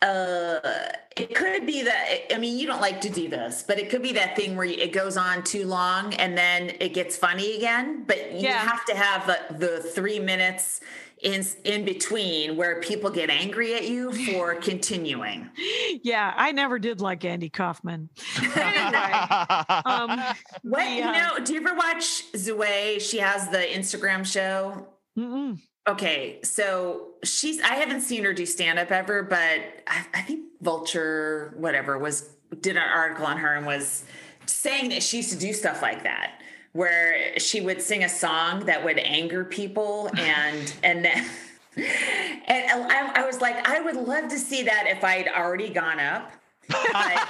Speaker 2: uh, it could be that, I mean, you don't like to do this, but it could be that thing where it goes on too long and then it gets funny again. But you
Speaker 3: Yeah.
Speaker 2: have to have the, the three minutes in, in between where people get angry at you for continuing.
Speaker 3: Yeah, I never did like Andy Kaufman. Anyway, um,
Speaker 2: What, you
Speaker 3: Yeah.
Speaker 2: know, do you ever watch Zoe? She has the Instagram show.
Speaker 3: mm-mm.
Speaker 2: Okay, so she's I haven't seen her do stand up ever, but I, I think Vulture whatever was did an article on her and was saying that she used to do stuff like that where she would sing a song that would anger people and and then and I, I was like I would love to see that if I'd already gone up. But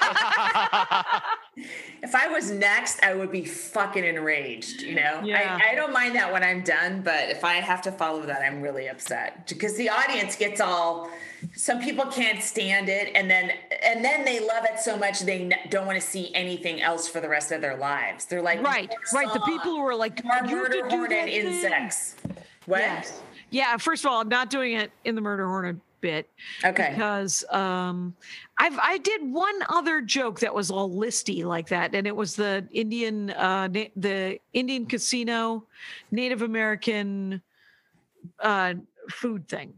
Speaker 2: if, if I was next, I would be fucking enraged, you know?
Speaker 3: Yeah.
Speaker 2: I, I don't mind that when I'm done, but if I have to follow that, I'm really upset because the audience gets all. Some people can't stand it, and then and then they love it so much they n- don't want to see anything else for the rest of their lives. They're like,
Speaker 3: right,
Speaker 2: "More
Speaker 3: right. The
Speaker 2: song,
Speaker 3: people who are like,
Speaker 2: more
Speaker 3: "You have to
Speaker 2: murder
Speaker 3: do
Speaker 2: hornet
Speaker 3: that thing."
Speaker 2: insects. What?
Speaker 3: Yes. Yeah. First of all, I'm not doing it in the murder hornet bit.
Speaker 2: Okay.
Speaker 3: because um i've i did one other joke that was all listy like that and it was the indian uh na- the indian casino native american uh food thing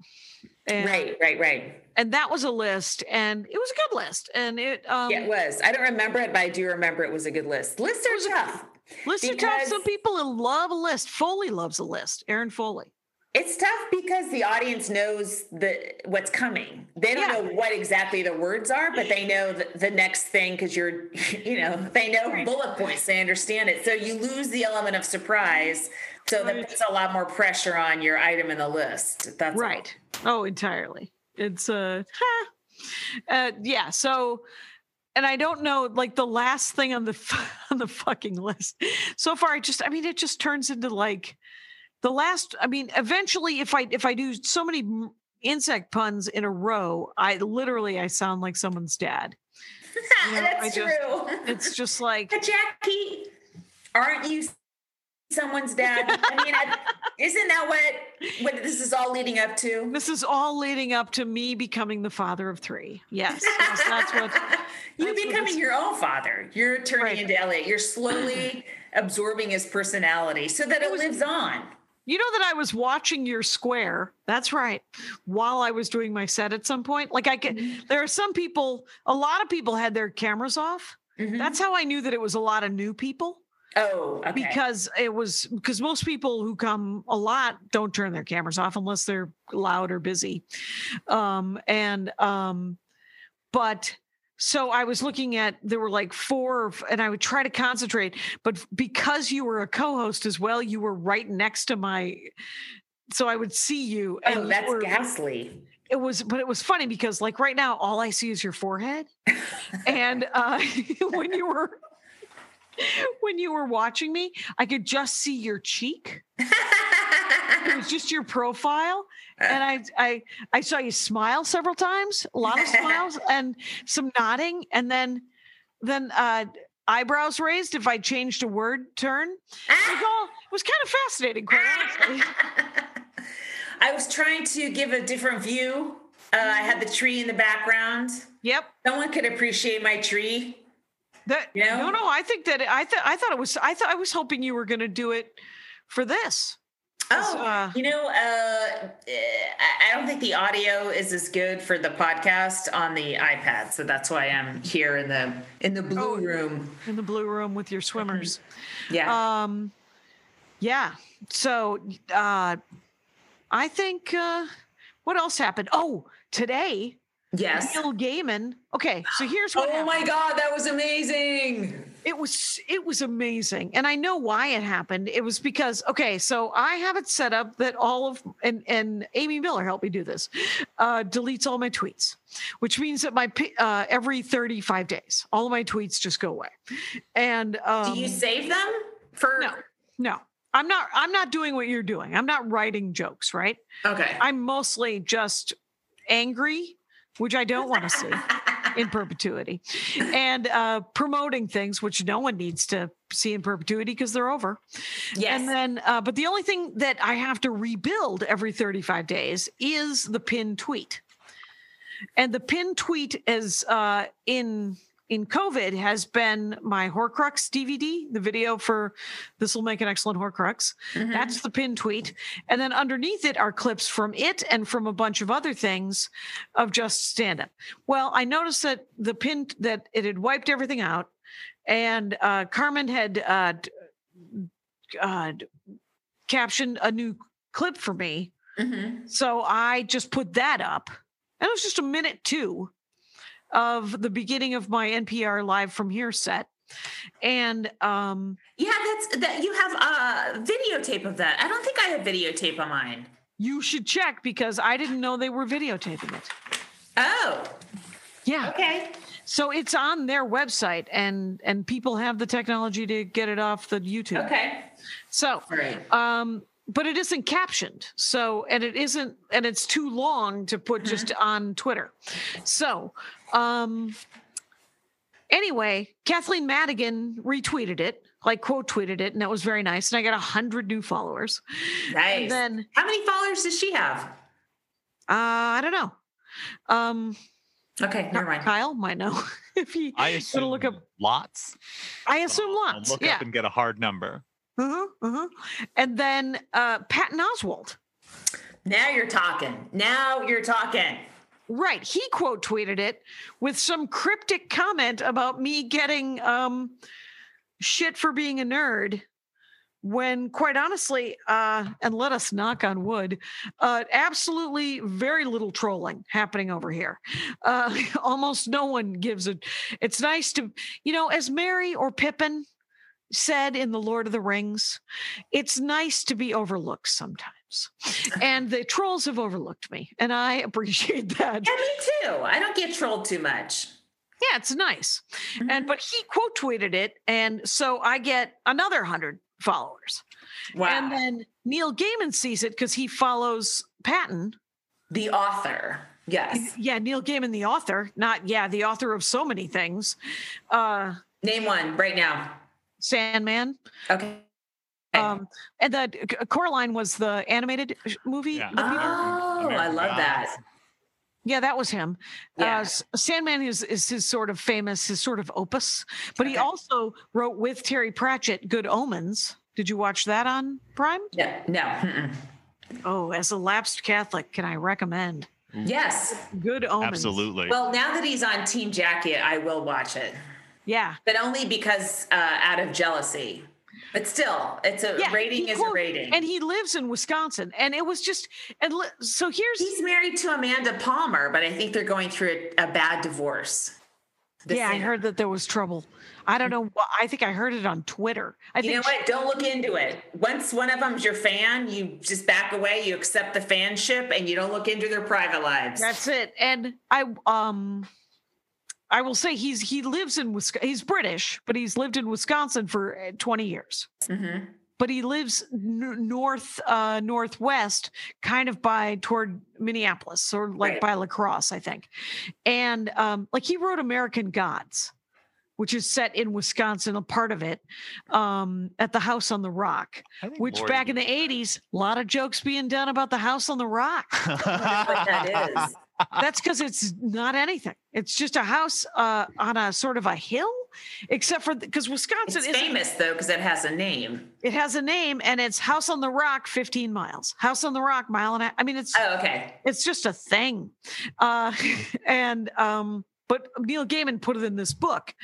Speaker 3: and,
Speaker 2: Right, right, right.
Speaker 3: and that was a list and it was a good list and it um
Speaker 2: Yeah, it was. I don't remember it, but I do remember it was a good list. Lists are tough.
Speaker 3: lists are tough
Speaker 2: because-
Speaker 3: some people love a list foley loves a list aaron foley
Speaker 2: It's tough because the audience knows the what's coming. They don't
Speaker 3: Yeah.
Speaker 2: know what exactly the words are, but they know the, the next thing because you're, you know, they know bullet points. They understand it. So you lose the element of surprise. So that puts a lot more pressure on your item in the list. That's all.
Speaker 3: right oh entirely it's uh, huh. uh yeah so and i don't know like the last thing on the f- on the fucking list so far i just i mean it just turns into like the last i mean eventually if i if i do so many m- insect puns in a row i literally i sound like someone's dad know, I
Speaker 2: That's
Speaker 3: just-
Speaker 2: true.
Speaker 3: it's just like
Speaker 2: But Jackie, aren't you someone's dad? I mean, I, isn't that what what this is all leading up to?
Speaker 3: this is all leading up to me becoming the father of three yes, yes that's what
Speaker 2: You're
Speaker 3: That's what
Speaker 2: becoming
Speaker 3: it's-
Speaker 2: your own father. You're turning
Speaker 3: Right.
Speaker 2: into Elliot. You're slowly absorbing his personality so that it lives on.
Speaker 3: You know that I was watching your square. That's right. While I was doing my set at some point, like I could, there are some people, a lot of people had their cameras off. That's how I knew that it was a lot of new people
Speaker 2: Oh, okay.
Speaker 3: because it was because most people who come a lot don't turn their cameras off unless they're loud or busy. Um, and, um, but so I was looking at there were like four, of- and I would try to concentrate, but because you were a co-host as well, you were right next to my. So I would see you, and
Speaker 2: oh,
Speaker 3: you
Speaker 2: that's
Speaker 3: were-
Speaker 2: ghastly.
Speaker 3: it was, but it was funny because like right now, all I see is your forehead, and uh, when you were when you were watching me, I could just see your cheek. It was just your profile, and I I I saw you smile several times, a lot of smiles, and some nodding, and then then uh, eyebrows raised if I changed a word turn. It was, all, it was kind of fascinating, quite honestly.
Speaker 2: I was trying to give a different view. Uh, I had the tree in the background.
Speaker 3: Yep.
Speaker 2: Someone could appreciate my tree.
Speaker 3: That,
Speaker 2: Yeah.
Speaker 3: No, no. I think that I thought I thought it was. I thought I was hoping you were going to do it for this.
Speaker 2: Oh,
Speaker 3: uh,
Speaker 2: you know, uh, eh, I I don't think the audio is as good for the podcast on the iPad, so that's why I'm here in the in the blue room.
Speaker 3: in the blue room with your swimmers.
Speaker 2: Yeah,
Speaker 3: Um, yeah. So uh, I think uh, what else happened? Oh, today
Speaker 2: yes.
Speaker 3: Neil Gaiman. Okay, so here's what.
Speaker 2: Oh
Speaker 3: happened.
Speaker 2: my God, that was amazing!
Speaker 3: It was it was amazing, and I know why it happened. It was because okay, so I have it set up that all of and and Amy Miller helped me do this, uh, deletes all my tweets, which means that my pi- uh, every thirty five days, all of my tweets just go away. And um,
Speaker 2: Do you save them for?
Speaker 3: no, no, I'm not. I'm not doing what you're doing. I'm not writing jokes, right?
Speaker 2: Okay.
Speaker 3: I'm mostly just angry, which I don't want to see in perpetuity, and uh, promoting things which no one needs to see in perpetuity because they're over.
Speaker 2: yes.
Speaker 3: And then, uh, but the only thing that I have to rebuild every 35 days is the pin tweet. And the pin tweet is uh, in in COVID has been my Horcrux DVD, the video for this will make an excellent Horcrux. That's the pin tweet, and then underneath it are clips from it and from a bunch of other things of just stand up. Well, I noticed that the pin that it had wiped everything out, and uh, Carmen had uh, d- uh, d- captioned a new clip for me.
Speaker 2: Mhm.
Speaker 3: So I just put that up. And it was just a minute two of the beginning of my NPR Live from Here set. And um,
Speaker 2: Yeah, that's that. You have a uh, videotape of that. I don't think I have videotape on mine.
Speaker 3: you should check because I didn't know they were videotaping it.
Speaker 2: Oh,
Speaker 3: Yeah.
Speaker 2: okay.
Speaker 3: So it's on their website and and people have the technology to get it off the YouTube.
Speaker 2: Okay.
Speaker 3: So
Speaker 2: All right.
Speaker 3: um but it isn't captioned so and it isn't and it's too long to
Speaker 2: Mm-hmm.
Speaker 3: put just on twitter so um anyway kathleen madigan retweeted it like quote tweeted it and that was very nice and i got a hundred new followers
Speaker 2: Nice.
Speaker 3: then-
Speaker 2: How many followers does she have?
Speaker 3: uh i don't know um
Speaker 2: Okay, never mind.
Speaker 3: kyle might know if he
Speaker 4: I
Speaker 3: wanna
Speaker 4: assume
Speaker 3: look up
Speaker 4: lots.
Speaker 3: i assume lots
Speaker 4: I'll look
Speaker 3: yeah
Speaker 4: up and get a hard number.
Speaker 3: uh-huh, uh-huh. and then uh patton oswald
Speaker 2: Now you're talking. Now you're talking.
Speaker 3: Right. He quote tweeted it with some cryptic comment about me getting um shit for being a nerd when quite honestly uh and let us knock on wood uh absolutely very little trolling happening over here uh almost no one gives a it's nice to you know as mary or pippin said in the lord of the rings it's nice to be overlooked sometimes and the trolls have overlooked me and i appreciate that
Speaker 2: Yeah, me too. I don't get trolled too much.
Speaker 3: yeah, it's nice. And but
Speaker 2: Mm-hmm.
Speaker 3: he quote tweeted it, and so I get another hundred followers.
Speaker 2: Wow.
Speaker 3: And then Neil Gaiman sees it because he follows Patton.
Speaker 2: the author. Yes.
Speaker 3: Yeah, Neil Gaiman, the author, not yeah, the author of so many things. Uh
Speaker 2: Name one right now.
Speaker 3: Sandman.
Speaker 2: Okay.
Speaker 3: Um, and the C- Coraline was the animated sh- movie.
Speaker 4: Yeah.
Speaker 3: with Peter-
Speaker 2: Oh, I
Speaker 4: American
Speaker 2: love that.
Speaker 4: Gods.
Speaker 3: Yeah, that was him.
Speaker 2: Yeah.
Speaker 3: Uh, S- Sandman is, is his sort of famous, his sort of opus. But he
Speaker 2: Okay.
Speaker 3: also wrote with Terry Pratchett, Good Omens. Did you watch that on Prime?
Speaker 2: No, no. mm-mm.
Speaker 3: Oh, as a lapsed Catholic, can I recommend
Speaker 2: Yes.
Speaker 3: Good Omens?
Speaker 4: Absolutely.
Speaker 2: Well, now that he's on Team Jacket, I will watch it,
Speaker 3: Yeah.
Speaker 2: but only because uh, out of jealousy. But still, it's a
Speaker 3: Yeah,
Speaker 2: rating
Speaker 3: he
Speaker 2: is a
Speaker 3: quote-
Speaker 2: rating.
Speaker 3: And he lives in Wisconsin. And it was just, and li- so here's,
Speaker 2: He's married to Amanda Palmer, but I think they're going through a, a bad divorce. The
Speaker 3: yeah, I
Speaker 2: singer.
Speaker 3: heard that there was trouble. I don't know. wh- I think I heard it on Twitter. I
Speaker 2: You
Speaker 3: think
Speaker 2: know
Speaker 3: she-
Speaker 2: what? Don't look into it. Once one of them's your fan, you just back away, you accept the fanship, and you don't look into their private lives.
Speaker 3: That's it. And I um I will say he's he lives in Wisconsin. He's British, but he's lived in Wisconsin for uh, 20 years.
Speaker 2: Mhm.
Speaker 3: But he lives n- north uh northwest kind of by toward Minneapolis or like
Speaker 2: Right.
Speaker 3: by Lacrosse, I think. And um like he wrote American Gods. which is set in Wisconsin, a part of it, um, at the House on the Rock,
Speaker 4: I think
Speaker 3: which
Speaker 4: Lori
Speaker 3: back in
Speaker 4: would-
Speaker 3: the 80s, a lot of jokes being done about the House on the Rock.
Speaker 2: what that is.
Speaker 3: That's because it's not anything. It's just a house uh, on a sort of a hill, except for because Wisconsin
Speaker 2: It's
Speaker 3: is
Speaker 2: famous though because it has a name.
Speaker 3: It has a name, and it's House on the Rock, 15 miles. House on the Rock, mile and a, I mean, it's
Speaker 2: Oh, okay.
Speaker 3: it's just a thing. Uh, and um, but Neil Gaiman put it in this book,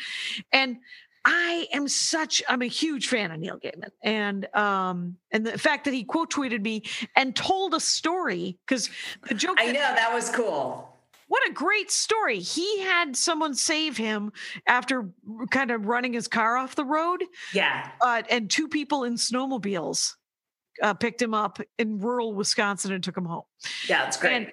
Speaker 3: and I am such I'm a huge fan of Neil Gaiman, and um, and the fact that he quote tweeted me and told a story because the joke
Speaker 2: I
Speaker 3: that-
Speaker 2: know that was cool.
Speaker 3: what a great story. He had someone save him after kind of running his car off the road,
Speaker 2: Yeah.
Speaker 3: uh, and two people in snowmobiles uh, picked him up in rural Wisconsin and took him home.
Speaker 2: Yeah, it's great.
Speaker 3: And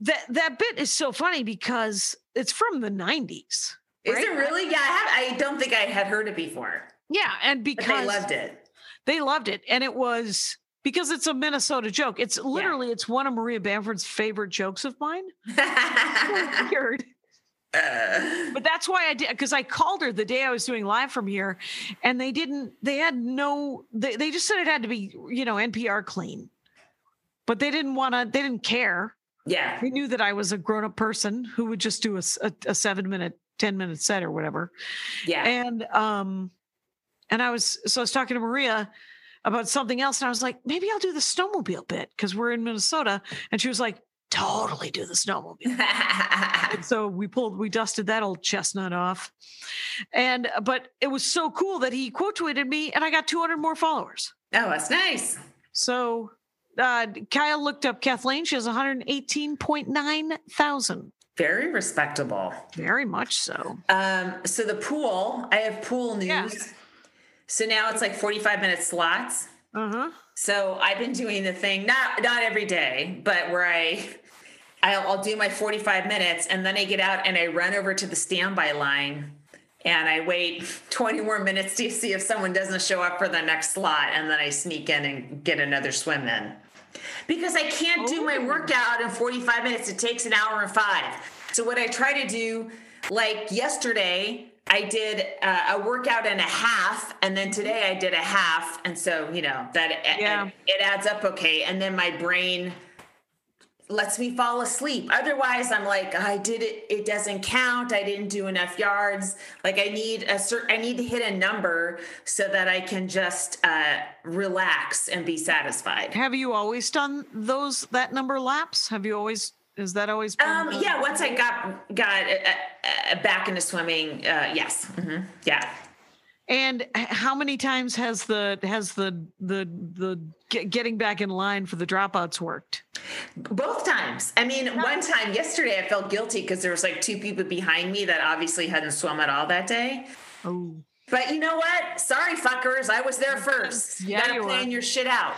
Speaker 3: that that bit is so funny because it's from the 90s.
Speaker 2: is
Speaker 3: right?
Speaker 2: it really? Yeah, I, have, I don't think I had heard it before.
Speaker 3: Yeah,
Speaker 2: But
Speaker 3: and because
Speaker 2: they loved it.
Speaker 3: they loved it and it was because it's a Minnesota joke. It's literally it's one of Maria Bamford's favorite jokes of mine. Weird. but that's why I did because I called her the day I was doing live from here, and they didn't. They had no. They they just said it had to be you know NPR clean, but they didn't want to. They didn't care.
Speaker 2: yeah.
Speaker 3: They knew that I was a grown up person who would just do a, s- a- a seven minute, ten minute set or whatever.
Speaker 2: Yeah.
Speaker 3: And um, and I was so I was talking to Maria about something else, and I was like, maybe I'll do the snowmobile bit because we're in Minnesota, and she was like, totally do the snowmobile and so we pulled we dusted that old chestnut off and but it was so cool that he quote tweeted me and i got 200 more followers
Speaker 2: oh, that's nice.
Speaker 3: so uh, kyle looked up kathleen she has 118.9 thousand
Speaker 2: Very respectable.
Speaker 3: very much so
Speaker 2: Um, so the pool, I have pool news.
Speaker 3: Yeah.
Speaker 2: So now it's like 45 minute slots.
Speaker 3: uh-huh
Speaker 2: So I've been doing the thing not not every day, but where I I'll, I'll do my 45 minutes and then I get out and I run over to the standby line and I wait 20 more minutes to see if someone doesn't show up for the next slot and then I sneak in and get another swim in. Because I can't do my workout in 45 minutes. It takes an hour and 5. So what I try to do like yesterday I did uh, a workout and a half, and then today I did a half, and so you know that
Speaker 3: Yeah.
Speaker 2: and it adds up okay. And then my brain lets me fall asleep. Otherwise, I'm like, I did it. It doesn't count. I didn't do enough yards. Like I need a certain, I need to hit a number so that I can just uh, relax and be satisfied.
Speaker 3: have you always done those that number laps have you always is that always been
Speaker 2: Um,
Speaker 3: the-
Speaker 2: yeah. Once I got got uh, uh, uh, back into swimming, uh, yes, hmm yeah.
Speaker 3: and h- how many times has the has the the the get- getting back in line for the dropouts worked
Speaker 2: Both times. I mean, one time yesterday, I felt guilty because there was like two people behind me that obviously hadn't swum at all that day.
Speaker 3: oh
Speaker 2: But you know what? Sorry, fuckers. I was there first.
Speaker 3: Yeah,
Speaker 2: you gotta
Speaker 3: you
Speaker 2: plan
Speaker 3: were.
Speaker 2: your shit out.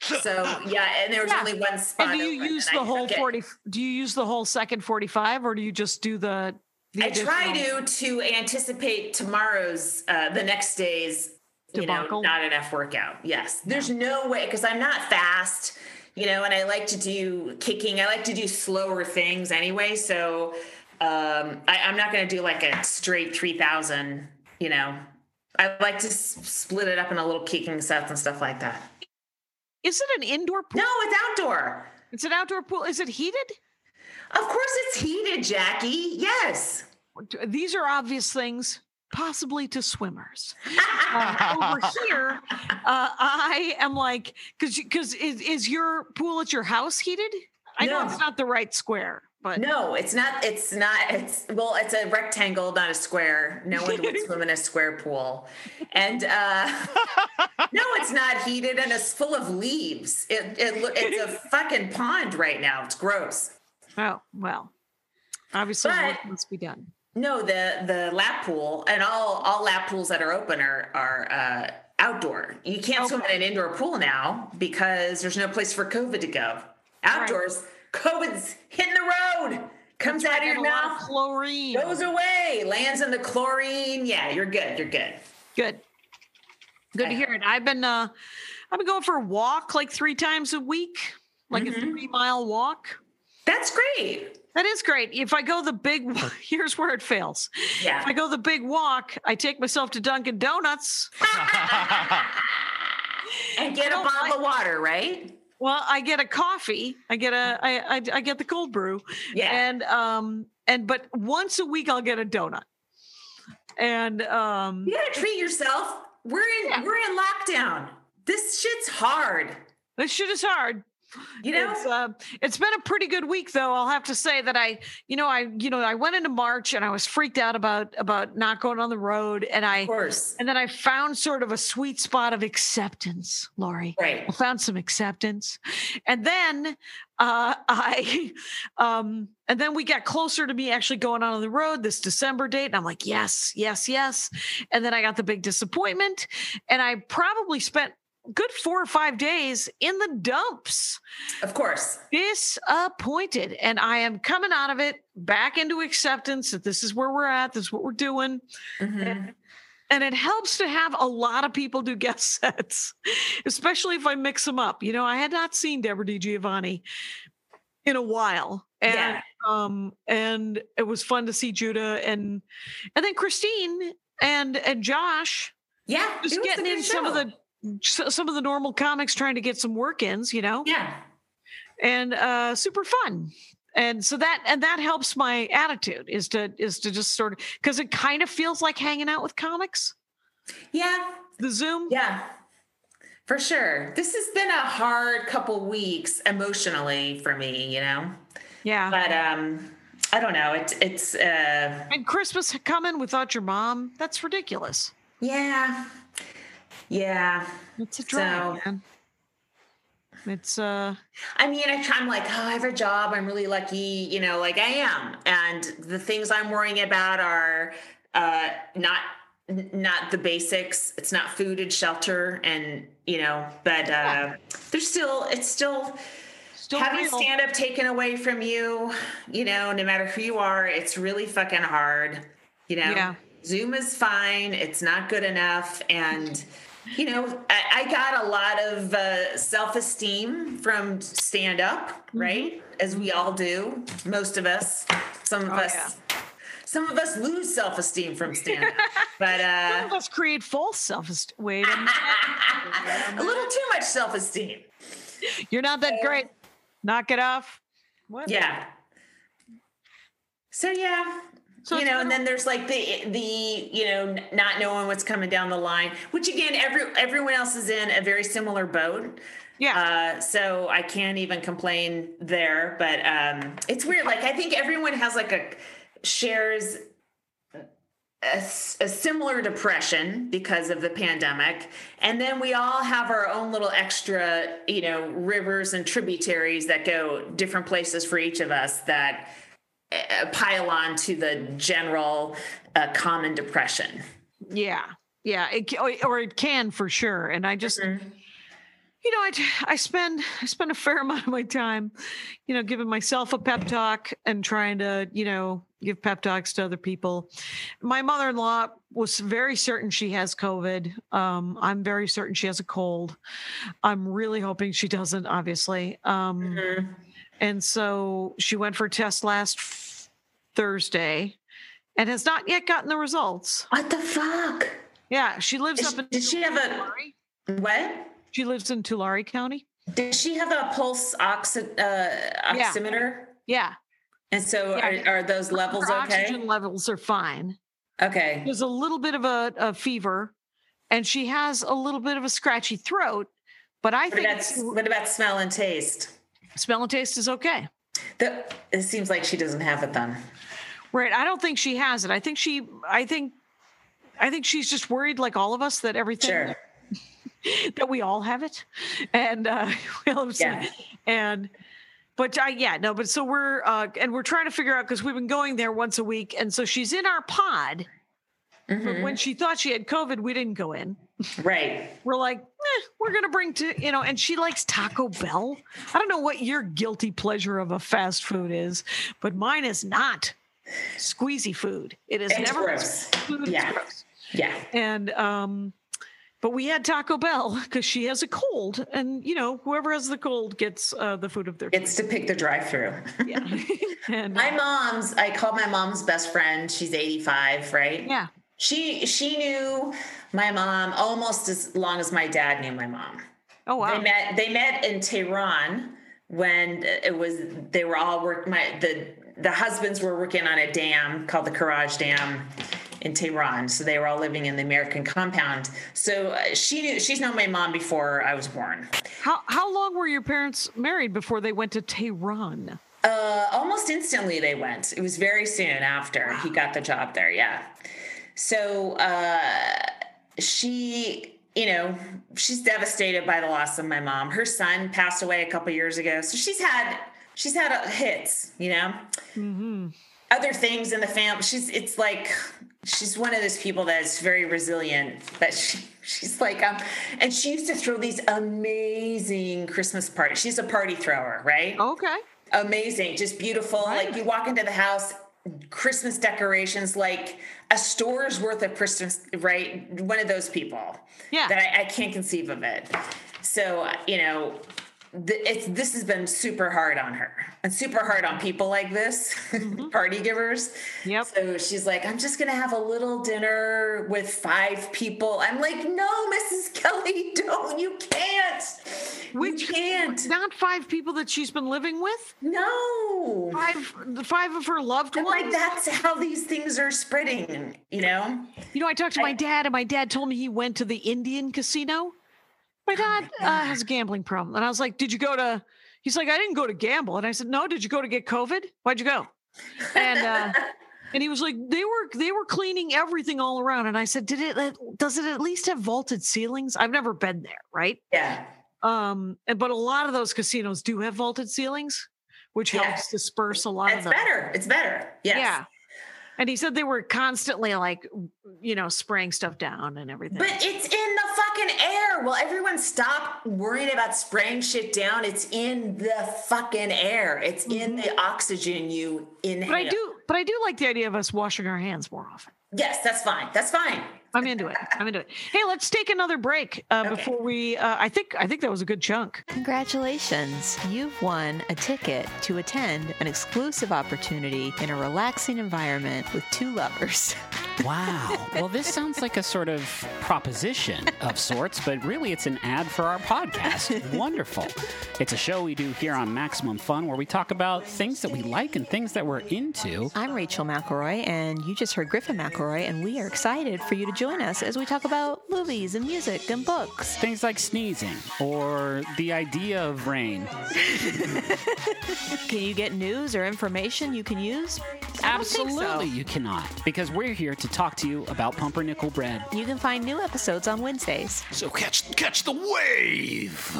Speaker 2: So yeah, and there was
Speaker 3: Yeah.
Speaker 2: only one spot.
Speaker 3: And do you
Speaker 2: open,
Speaker 3: use
Speaker 2: and
Speaker 3: the
Speaker 2: I
Speaker 3: whole
Speaker 2: took it.
Speaker 3: forty? Do you use the whole second forty-five, or do you just do the? the
Speaker 2: I try
Speaker 3: additional-
Speaker 2: to to anticipate tomorrow's, uh, the next day's, you know,
Speaker 3: Debacle?
Speaker 2: not enough workout. Yes, there's no way because I'm not fast, you know, and I like to do kicking. I like to do slower things anyway. So um, I, I'm not going to do like a straight three thousand. You know, I like to s- split it up into little kicking sets and stuff like that.
Speaker 3: Is it an indoor pool?
Speaker 2: No, it's outdoor.
Speaker 3: It's an outdoor pool. Is it heated?
Speaker 2: Of course, it's heated, Jackie. Yes.
Speaker 3: These are obvious things, possibly to swimmers. Uh, over here, uh, I am like, because because is, is your pool at your house heated? I know
Speaker 2: No.
Speaker 3: it's not the right square, but
Speaker 2: No, it's not. It's not. It's well, it's a rectangle, not a square. No one would swim in a square pool, and uh, no, it's not heated and it's full of leaves. It, it lo- it's a fucking pond right now. It's gross.
Speaker 3: oh well. Obviously, work
Speaker 2: But-
Speaker 3: must be done.
Speaker 2: No, the the lap pool and all all lap pools that are open are are uh, outdoor. You can't swim in an indoor pool now because there's no place for COVID to go. Outdoors, COVID's hitting the road. Comes out of
Speaker 3: And
Speaker 2: your
Speaker 3: a lot
Speaker 2: mouth.
Speaker 3: of chlorine.
Speaker 2: goes away, lands in the chlorine. Yeah, you're good. You're good.
Speaker 3: Good. Good to hear it. I've been uh I've been going for a
Speaker 2: Mm-hmm.
Speaker 3: walk like three times a week, like a three mile walk.
Speaker 2: That's great.
Speaker 3: That is great. If I go the big, here's where it fails.
Speaker 2: Yeah.
Speaker 3: If I go the big walk, I take myself to Dunkin' Donuts.
Speaker 2: And get a
Speaker 3: don't
Speaker 2: bottle
Speaker 3: like-
Speaker 2: of water, right?
Speaker 3: Well, I get a coffee. I get a I I, I get the cold brew.
Speaker 2: Yeah.
Speaker 3: And um and but once a week I'll get a donut. And um
Speaker 2: You gotta treat yourself. We're in we're in lockdown. This shit's hard.
Speaker 3: this shit is hard.
Speaker 2: You know?
Speaker 3: It's, uh, it's been a pretty good week though. I'll have to say that I, you know, I, you know, I went into March and I was freaked out about about not going on the road, and I,
Speaker 2: of course.
Speaker 3: and then I found sort of a sweet spot of acceptance, Lori.
Speaker 2: Right.
Speaker 3: I found some acceptance, and then uh, I, um, and then we got closer to me actually going on the road this December date, and I'm like, yes, yes, yes, and then I got the big disappointment, and I probably spent good four or five days in the dumps
Speaker 2: Of course.
Speaker 3: disappointed and i am coming out of it back into acceptance that this is where we're at this is what we're doing
Speaker 2: Mm-hmm.
Speaker 3: and, and it helps to have a lot of people do guest sets especially if i mix them up you know i had not seen deborah d giovanni in a while and
Speaker 2: Yeah.
Speaker 3: um and it was fun to see judah and and then christine and and josh
Speaker 2: Yeah. it
Speaker 3: just
Speaker 2: was a
Speaker 3: getting
Speaker 2: good
Speaker 3: in some of
Speaker 2: show.
Speaker 3: the some of the normal comics trying to get some work ins you know
Speaker 2: Yeah.
Speaker 3: and uh super fun and so that and that helps my attitude is to is to just sort of because it kind of feels like hanging out with comics
Speaker 2: Yeah.
Speaker 3: the zoom
Speaker 2: Yeah. For sure. This has been a hard couple weeks emotionally for me, you know.
Speaker 3: yeah
Speaker 2: But um I don't know. It's it's uh
Speaker 3: and christmas coming without your mom that's ridiculous
Speaker 2: yeah. Yeah.
Speaker 3: it's a drag
Speaker 2: So-
Speaker 3: man it's uh
Speaker 2: I mean, I try, I'm like, oh, I have a job. I'm really lucky, you know, like I am. And the things I'm worrying about are uh, not n- not the basics. It's not food and shelter, and you know, but uh, there's still it's still
Speaker 3: still
Speaker 2: having
Speaker 3: real.
Speaker 2: stand up taken away from you. You know, no matter who you are, it's really fucking hard. You know,
Speaker 3: Yeah.
Speaker 2: Zoom is fine. It's not good enough, and you know, I, I got a lot of uh, self esteem from stand up,
Speaker 3: Mm-hmm.
Speaker 2: right? As we all do, most of us. Some of
Speaker 3: Oh,
Speaker 2: us, some of us lose self esteem from stand up, but
Speaker 3: Some of
Speaker 2: uh,
Speaker 3: us create false self wait a minute.
Speaker 2: a little too much self esteem.
Speaker 3: you're not that great knock it off what?
Speaker 2: Yeah. So yeah.
Speaker 3: So
Speaker 2: you
Speaker 3: it's
Speaker 2: know, and
Speaker 3: been
Speaker 2: then there's like the the you know n- not knowing what's coming down the line, which again, every everyone else is in a very similar boat.
Speaker 3: yeah
Speaker 2: Uh, so I can't even complain there. But um, it's weird. Like I think everyone has like a shares a, s- a similar depression because of the pandemic, and then we all have our own little extra, you know, rivers and tributaries that go different places for each of us that uh, pile on to the general uh, common depression.
Speaker 3: Yeah. Yeah. It, ca- or- or it can for sure. And I just, you know, I, t- I spend, I spend a fair amount of my time, you know, giving myself a pep talk and trying to, you know, give pep talks to other people. My mother-in-law was very certain she has COVID. Um, I'm very certain she has a cold. I'm really hoping she doesn't obviously. Um, and so she went for a test last f- Thursday and has not yet gotten the results.
Speaker 2: What the fuck?
Speaker 3: Yeah, she lives
Speaker 2: Is-
Speaker 3: up in.
Speaker 2: does she have a-
Speaker 3: Tulare.
Speaker 2: What?
Speaker 3: She lives in Tulare County.
Speaker 2: Does she have a pulse oxi- uh,
Speaker 3: Yeah.
Speaker 2: oximeter?
Speaker 3: Yeah,
Speaker 2: And so
Speaker 3: Yeah.
Speaker 2: are, are those levels
Speaker 3: her
Speaker 2: okay?
Speaker 3: oxygen levels are fine.
Speaker 2: Okay.
Speaker 3: There's a little bit of a, a fever, and she has a little bit of a scratchy throat. But I
Speaker 2: What
Speaker 3: think
Speaker 2: about, what about smell and taste?
Speaker 3: smell and taste is okay.
Speaker 2: The, it seems like she doesn't have it then.
Speaker 3: Right? I don't think she has it. I think she. I think. I think she's just worried, like all of us, that everything
Speaker 2: Sure.
Speaker 3: that we all have it, and uh, we all have some-
Speaker 2: Yeah.
Speaker 3: and but I yeah no but so we're uh, and we're trying to figure out because we've been going there once a week, and so she's in our pod. But
Speaker 2: Mm-hmm.
Speaker 3: when she thought she had COVID, we didn't go in.
Speaker 2: Right.
Speaker 3: We're like, eh, we're gonna bring to you know, and she likes Taco Bell. I don't know what your guilty pleasure of a fast food is, but mine is not squeezy food. It is
Speaker 2: It's
Speaker 3: never
Speaker 2: gross.
Speaker 3: food. It's
Speaker 2: Yeah.
Speaker 3: gross
Speaker 2: Yeah.
Speaker 3: and um But we had Taco Bell because she has a cold, and you know whoever has the cold gets uh, the food of their
Speaker 2: It's to pick the drive-through.
Speaker 3: yeah. and,
Speaker 2: My mom's. I called my mom's best friend. She's 85, right?
Speaker 3: yeah,
Speaker 2: She she knew my mom almost as long as my dad knew my mom.
Speaker 3: oh wow,
Speaker 2: They met they met in Tehran when it was they were all work my the the husbands were working on a dam called the Karaj Dam in Tehran. So they were all living in the American compound. So uh, she knew she's known my mom before I was born.
Speaker 3: How how long were your parents married before they went to Tehran?
Speaker 2: Uh, almost instantly they went. It was very soon after he got the job there. Yeah. So uh, she, you know, she's devastated by the loss of my mom. Her son passed away a couple years ago, so she's had she's had uh, hits. You know, other things in the family. She's it's like she's one of those people that's very resilient. That she she's like um, and she used to throw these amazing Christmas parties. She's a party thrower, right?
Speaker 3: Okay.
Speaker 2: amazing, just beautiful. Like you walk into the house, Christmas decorations, like a store's worth of Christmas, right? One of those people.
Speaker 3: Yeah.
Speaker 2: That I, I can't conceive of it. So, uh, you know, th- it's, this has been super hard on her and super hard on people like this, party givers.
Speaker 3: Mm-hmm. Yep.
Speaker 2: So she's like, I'm just going to have a little dinner with five people. I'm like, no, Mrs. Kelly, don't. You can't.
Speaker 3: Which-
Speaker 2: you can't.
Speaker 3: Not five people that she's been living with.
Speaker 2: No.
Speaker 3: Five, the five of her loved
Speaker 2: I'm
Speaker 3: ones.
Speaker 2: like, that's how these things are spreading, you know?
Speaker 3: You know, I talked to my dad, and my dad told me he went to the Indian casino.
Speaker 2: Oh
Speaker 3: My dad uh, has a gambling problem, and I was like, "Did you go to?" He's like, "I didn't go to gamble," and I said, "No, did you go to get COVID? Why'd you go?" And uh, and he was like, "They were they were cleaning everything all around," and I said, "Did it? Does it at least have vaulted ceilings? I've never been there, right?"
Speaker 2: Yeah.
Speaker 3: Um, and- but a lot of those casinos do have vaulted ceilings, which
Speaker 2: Yeah.
Speaker 3: helps disperse a lot
Speaker 2: It's
Speaker 3: of them.
Speaker 2: better. It's better. Yes.
Speaker 3: Yeah. And he said they were constantly like, you know, spraying stuff down and everything.
Speaker 2: But it's in the fucking air. Will everyone stop worrying about spraying shit down? It's in the fucking air. It's in the oxygen you inhale.
Speaker 3: Mm-hmm. but I do, but I do like the idea of us washing our hands more often.
Speaker 2: Yes, that's fine. That's fine.
Speaker 3: I'm into it. I'm into it. Hey, let's take another break uh, before we. Uh, I think I think that was a good chunk.
Speaker 9: Congratulations! You've won a ticket to attend an exclusive opportunity in a relaxing environment with two lovers.
Speaker 10: Wow. Well, this sounds like a sort of proposition of sorts, but really it's an ad for our podcast. Wonderful. It's a show we do here on Maximum Fun where we talk about things that we like and things that we're into.
Speaker 9: I'm Rachel McElroy, and you just heard Griffin McElroy, and we are excited for you to join us as we talk about movies and music and books.
Speaker 10: Things like sneezing or the idea of rain.
Speaker 9: Can you get news or information you can use? I don't think so.
Speaker 10: Absolutely, you cannot, because we're here to talk to you about pumpernickel bread.
Speaker 9: You can find new episodes on Wednesdays.
Speaker 5: So catch catch the wave.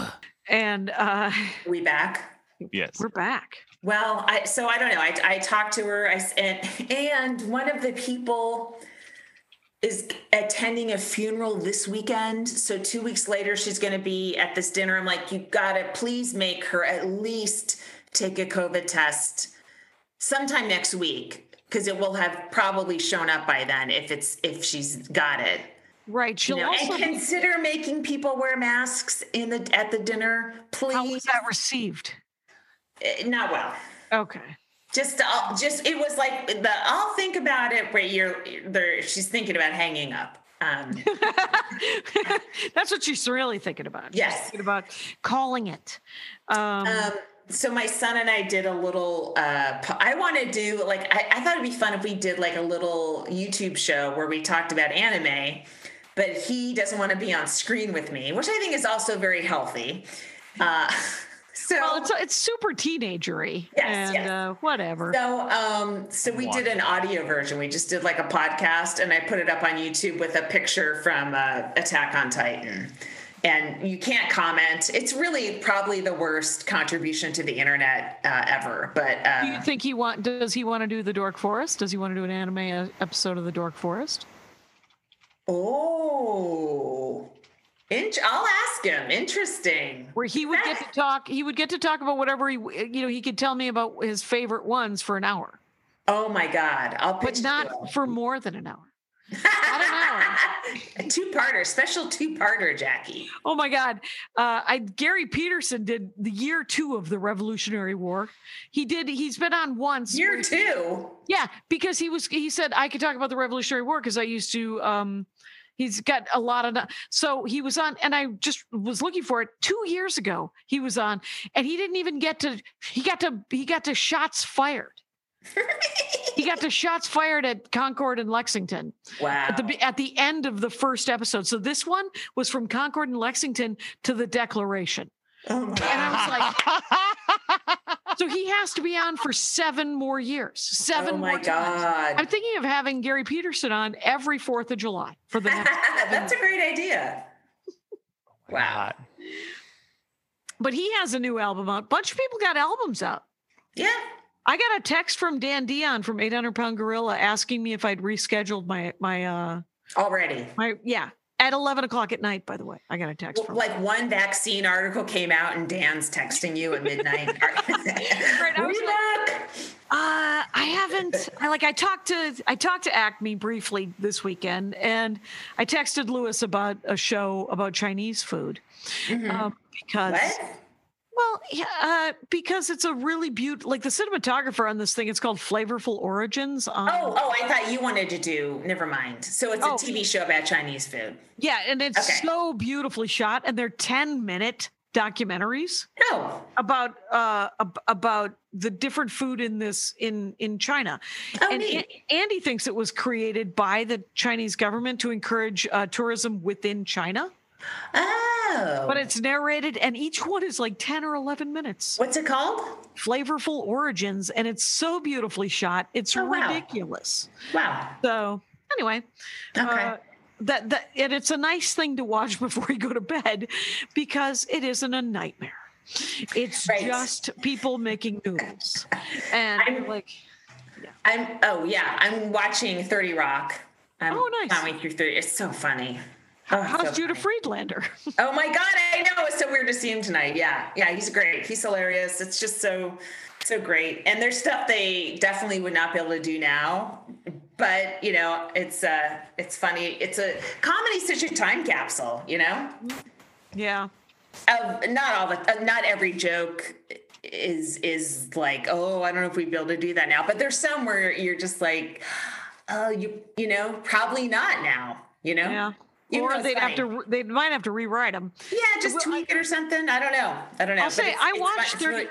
Speaker 3: And uh,
Speaker 2: We back.
Speaker 4: Yes.
Speaker 3: we're back.
Speaker 2: Well, I, so I don't know. I, I talked to her. I s- and, and one of the people is attending a funeral this weekend. So two weeks later, she's going to be at this dinner. I'm like, you gotta please make her at least take a COVID test sometime next week because it will have probably shown up by then if it's if she's got it.
Speaker 3: Right. She'll
Speaker 2: You know,
Speaker 3: also.
Speaker 2: and
Speaker 3: Be,
Speaker 2: consider making people wear masks in the at the dinner,
Speaker 3: how was
Speaker 2: please.
Speaker 3: that received?
Speaker 2: Eh, Not well.
Speaker 3: Okay.
Speaker 2: just all, just it was like the I'll think about it where you're there she's thinking about hanging up. Um
Speaker 3: That's what she's really thinking about. She's
Speaker 2: Yes.
Speaker 3: thinking about calling it. Um,
Speaker 2: Um, so my son and I did a little. Uh, po- I want to do like I, I thought it'd be fun if we did like a little YouTube show where we talked about anime, but he doesn't want to be on screen with me, which I think is also very healthy. Uh, so
Speaker 3: well, it's it's super teenagery.
Speaker 2: Yes,
Speaker 3: And
Speaker 2: yes.
Speaker 3: Uh, whatever.
Speaker 2: So, um, so we did an audio version. We just did like a podcast, and I put it up on YouTube with a picture from uh, Attack on Titan. And you can't comment. It's really probably the worst contribution to the internet uh, ever. But
Speaker 3: do you
Speaker 2: uh,
Speaker 3: think he want? Does he want to do the Dork Forest? Does he want to do an anime uh, episode of the Dork Forest?
Speaker 2: oh, Int- I'll ask him. Interesting.
Speaker 3: Where he would get to talk, he would get to talk about whatever he, you know, he could tell me about his favorite ones for an hour,
Speaker 2: Oh my God! I'll pitch
Speaker 3: but
Speaker 2: it to him.
Speaker 3: not for more than an hour.
Speaker 2: A two-parter, special two-parter, Jackie.
Speaker 3: Oh my God. Uh, I Gary Peterson did the year two of the Revolutionary War. He did, he's been on once.
Speaker 2: Year two?
Speaker 3: Yeah, because he was, he said, I could talk about the Revolutionary War because I used to, um, he's got a lot of, so he was on, and I just was looking for it two years ago. He was on, and he didn't even get to, he got to, he got to shots fired. he got the shots fired at Concord and Lexington.
Speaker 2: Wow.
Speaker 3: At the, at the end of the first episode. So this one was from Concord and Lexington to the Declaration.
Speaker 2: Oh
Speaker 3: and I was like, so he has to be on for seven more years. Seven.
Speaker 2: Oh my
Speaker 3: more times.
Speaker 2: God.
Speaker 3: I'm thinking of having Gary Peterson on every 4th of July for the next. Oh
Speaker 2: That's a great idea. Wow.
Speaker 3: But he has a new album out. Bunch of people got albums out.
Speaker 2: Yeah.
Speaker 3: I got a text from Dan Dion from 800 Pound Gorilla asking me if I'd rescheduled my my uh
Speaker 2: Already.
Speaker 3: my yeah at 11 o'clock at night. By the way, I got a text from.
Speaker 2: Like one vaccine article came out and Dan's texting you at midnight.
Speaker 3: Right, I was like, uh, I haven't. I like. I talked to I talked to Acme briefly this weekend, and I texted Lewis about a show about Chinese food uh, because.
Speaker 2: What?
Speaker 3: Well, yeah, uh, because it's a really beautiful, like the cinematographer on this thing. It's called Flavorful Origins. um, On,
Speaker 2: Oh, oh, I thought you wanted to do. Never mind. So it's
Speaker 3: Oh.
Speaker 2: a TV show about Chinese food.
Speaker 3: Yeah, and it's
Speaker 2: Okay.
Speaker 3: so beautifully shot, and they're ten minute documentaries
Speaker 2: Oh,
Speaker 3: about uh ab- about the different food in this in in China.
Speaker 2: Oh,
Speaker 3: and
Speaker 2: neat.
Speaker 3: A- Andy thinks it was created by the Chinese government to encourage uh, tourism within China,
Speaker 2: oh.
Speaker 3: but it's narrated, and each one is like ten or eleven minutes.
Speaker 2: What's it called?
Speaker 3: Flavorful origins, and it's so beautifully shot. It's
Speaker 2: Oh, wow.
Speaker 3: ridiculous.
Speaker 2: Wow.
Speaker 3: So anyway,
Speaker 2: Okay.
Speaker 3: uh, that that and it's a nice thing to watch before you go to bed because it isn't a nightmare. It's
Speaker 2: Right.
Speaker 3: just people making noodles, and
Speaker 2: I'm-
Speaker 3: like
Speaker 2: I'm. Oh yeah, I'm watching Thirty Rock. I'm
Speaker 3: Oh, nice.
Speaker 2: Plowing through Thirty. It's so funny. Oh,
Speaker 3: how's
Speaker 2: so
Speaker 3: Judah
Speaker 2: funny.
Speaker 3: Friedlander?
Speaker 2: Oh my god, I know. It's so weird to see him tonight. Yeah, yeah, he's great. He's hilarious. It's just so so great. And there's stuff they definitely would not be able to do now. But you know, it's uh it's funny. It's a comedy's such a time capsule, you know?
Speaker 3: yeah,
Speaker 2: Of not all the uh, not every joke is is like, oh, I don't know if we'd be able to do that now. But there's some where you're just like, oh, you you know, probably not now, you know?
Speaker 3: yeah.
Speaker 2: Even though
Speaker 3: or
Speaker 2: it's
Speaker 3: they'd have
Speaker 2: funny.
Speaker 3: to re- they might have to rewrite them.
Speaker 2: Yeah, just
Speaker 3: Well, I-
Speaker 2: tweak it or something. I don't know. I don't know.
Speaker 3: I'll
Speaker 2: but
Speaker 3: say
Speaker 2: it's-
Speaker 3: I
Speaker 2: it's fun-
Speaker 3: watched
Speaker 2: it's
Speaker 3: Dirty,
Speaker 2: really-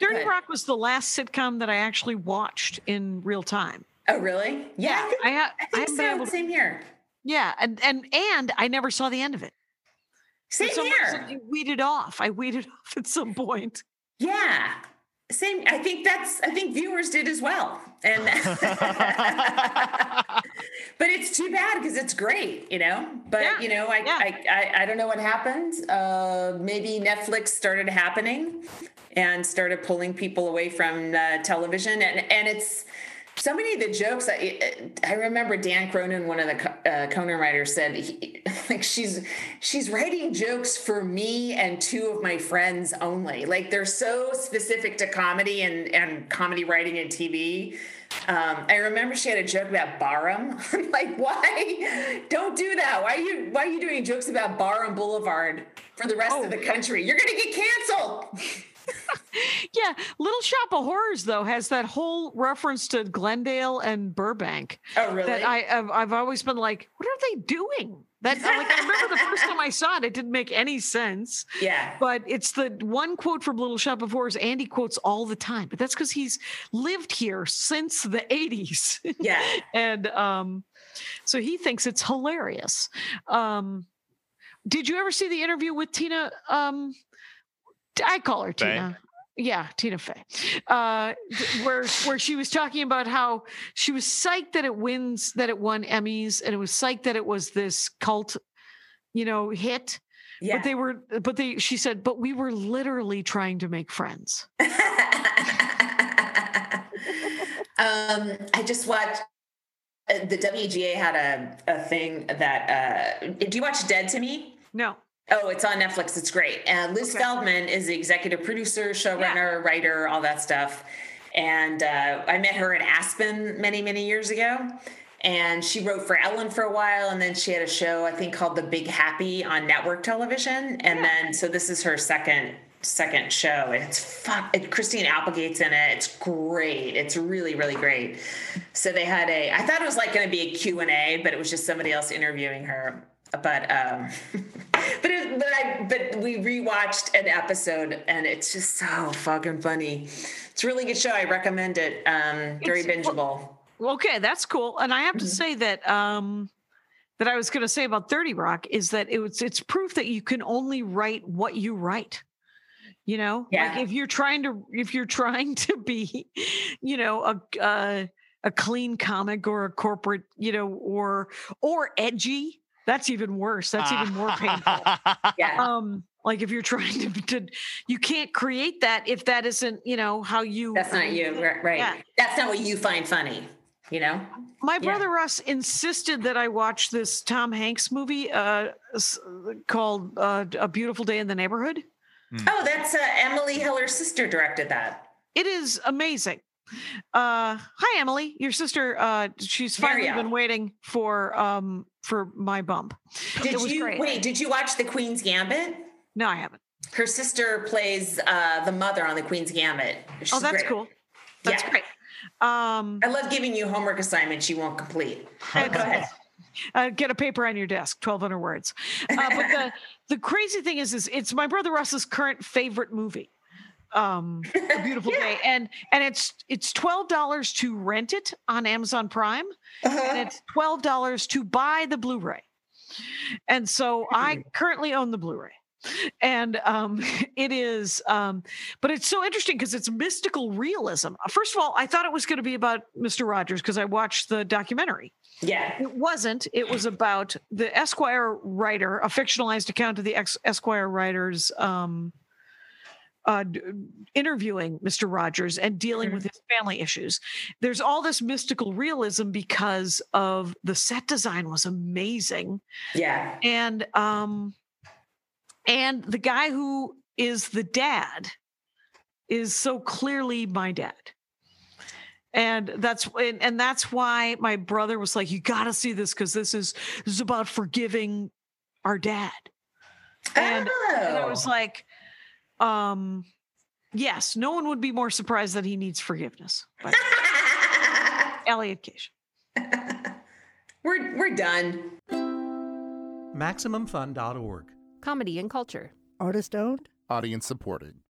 Speaker 3: Dirty
Speaker 2: good.
Speaker 3: Rock was the last sitcom that I actually watched in real time.
Speaker 2: Oh, really? Yeah, I think,
Speaker 3: I, ha-
Speaker 2: I
Speaker 3: I
Speaker 2: think
Speaker 3: haven't been
Speaker 2: so.
Speaker 3: able to-
Speaker 2: Same here.
Speaker 3: yeah, and and and I never saw the end of it. For
Speaker 2: Same
Speaker 3: some
Speaker 2: here.
Speaker 3: reason, it weeded off. I weeded off at some point.
Speaker 2: Yeah. Same. I think that's. I think viewers did as well. And but it's too bad because it's great, you know. But
Speaker 3: Yeah,
Speaker 2: you know, I,
Speaker 3: yeah.
Speaker 2: I I I don't know what happened. Uh, maybe Netflix started happening and started pulling people away from uh, television, and and it's so many of the jokes. I I remember Dan Cronin, one of the co- uh, Conan writers, said he, like she's she's writing jokes for me and two of my friends only. Like they're so specific to comedy and and comedy writing and TV. Um, I remember she had a joke about Barham. I'm like, why? Don't do that. Why are you why are you doing jokes about Barham Boulevard for the rest of the
Speaker 3: Oh.
Speaker 2: country? You're gonna get canceled.
Speaker 3: Yeah, Little Shop of Horrors though has that whole reference to Glendale and Burbank
Speaker 2: Oh, really?
Speaker 3: that I I've, I've always been like, what are they doing? That like I remember the first time I saw it, it didn't make any sense.
Speaker 2: yeah.
Speaker 3: But it's the one quote from Little Shop of Horrors Andy quotes all the time. But that's because he's lived here since the 80s.
Speaker 2: Yeah.
Speaker 3: and um, so he thinks it's hilarious. Um, did you ever see the interview with Tina? Um, I call her
Speaker 4: Fey?
Speaker 3: Tina. Yeah, Tina Fey, uh, th- where where she was talking about how she was psyched that it wins that it won Emmys and it was psyched that it was this cult, you know, hit.
Speaker 2: Yeah.
Speaker 3: But they were, but they, she said, but we were literally trying to make friends.
Speaker 2: um, I just watched uh, the WGA had a, a thing that uh, do you watch Dead to Me?
Speaker 3: No.
Speaker 2: Oh, it's on Netflix. It's great. And Liz Feldman is the executive producer, showrunner, writer, all that stuff. And uh, I met her in Aspen many, many years ago. and she wrote for Ellen for a while, and then she had a show I think called The Big Happy on network television, and then so this is her second second show, and it's fuck. And Christine Applegate's in it. It's great. It's really really great. So they had a. I thought it was like going to be a Q and A, but it was just somebody else interviewing her. But um, but it, but I but we rewatched an episode, and it's just so fucking funny. It's a really good show. I recommend it. Um, very bingeable.
Speaker 3: Well, okay, that's cool. And I
Speaker 2: Mm-hmm.
Speaker 3: have to say that um that I was going to say about 30 Rock is that it was it's proof that you can only write what you write. You know,
Speaker 2: Yeah.
Speaker 3: like if you're trying to if you're trying to be, you know, a uh, a clean comic or a corporate, you know, or or edgy, that's even worse. That's even more painful.
Speaker 2: Yeah.
Speaker 3: Um like if you're trying to, to you can't create that if that isn't, you know, how you
Speaker 2: That's not you, right? right.
Speaker 3: Yeah.
Speaker 2: That's not what you find funny, you know?
Speaker 3: My
Speaker 2: Yeah.
Speaker 3: brother Russ insisted that I watch this Tom Hanks movie uh, s- called uh, A Beautiful Day in the Neighborhood.
Speaker 2: Oh, that's uh, Emily Hiller's sister directed that.
Speaker 3: It is amazing. Uh, hi, Emily. Your sister, uh, she's finally
Speaker 2: Marielle.
Speaker 3: been waiting for um, for my bump.
Speaker 2: Did
Speaker 3: it was
Speaker 2: you
Speaker 3: great.
Speaker 2: wait? Did you watch The Queen's Gambit?
Speaker 3: No, I haven't.
Speaker 2: Her sister plays uh, the mother on The Queen's Gambit.
Speaker 3: oh,
Speaker 2: She's
Speaker 3: that's
Speaker 2: great.
Speaker 3: cool. That's
Speaker 2: Yeah.
Speaker 3: great. Um,
Speaker 2: I love giving you homework assignments you won't complete. But go ahead.
Speaker 3: uh, get a paper on your desk 1200 words uh, but the, the crazy thing is is it's my brother russ's current favorite movie um a beautiful day and and it's it's $12 to rent it on amazon prime
Speaker 2: Uh-huh.
Speaker 3: and it's $12 to buy the blu-ray and so
Speaker 2: Hmm.
Speaker 3: i currently own the blu-ray and um it is um but it's so interesting because it's mystical realism first of all i thought it was going to be about mr rogers because i watched the documentary
Speaker 2: Yeah.
Speaker 3: it wasn't. It was about the Esquire writer, a fictionalized account of the ex- Esquire writer's um, uh, d- interviewing Mr. Rogers and dealing with his family issues. There's all this mystical realism because of the set design was amazing,
Speaker 2: Yeah.
Speaker 3: and um, and the guy who is the dad is so clearly my dad and that's and, and that's why my brother was like you gotta see this because this is this is about forgiving our dad and, and i was
Speaker 2: Oh.
Speaker 3: like um yes no one would be more surprised that he needs forgiveness but elliot Cation.
Speaker 2: we're we're done.
Speaker 11: MaximumFun.org.
Speaker 12: Comedy and culture.
Speaker 13: Artist owned?
Speaker 14: Audience supported.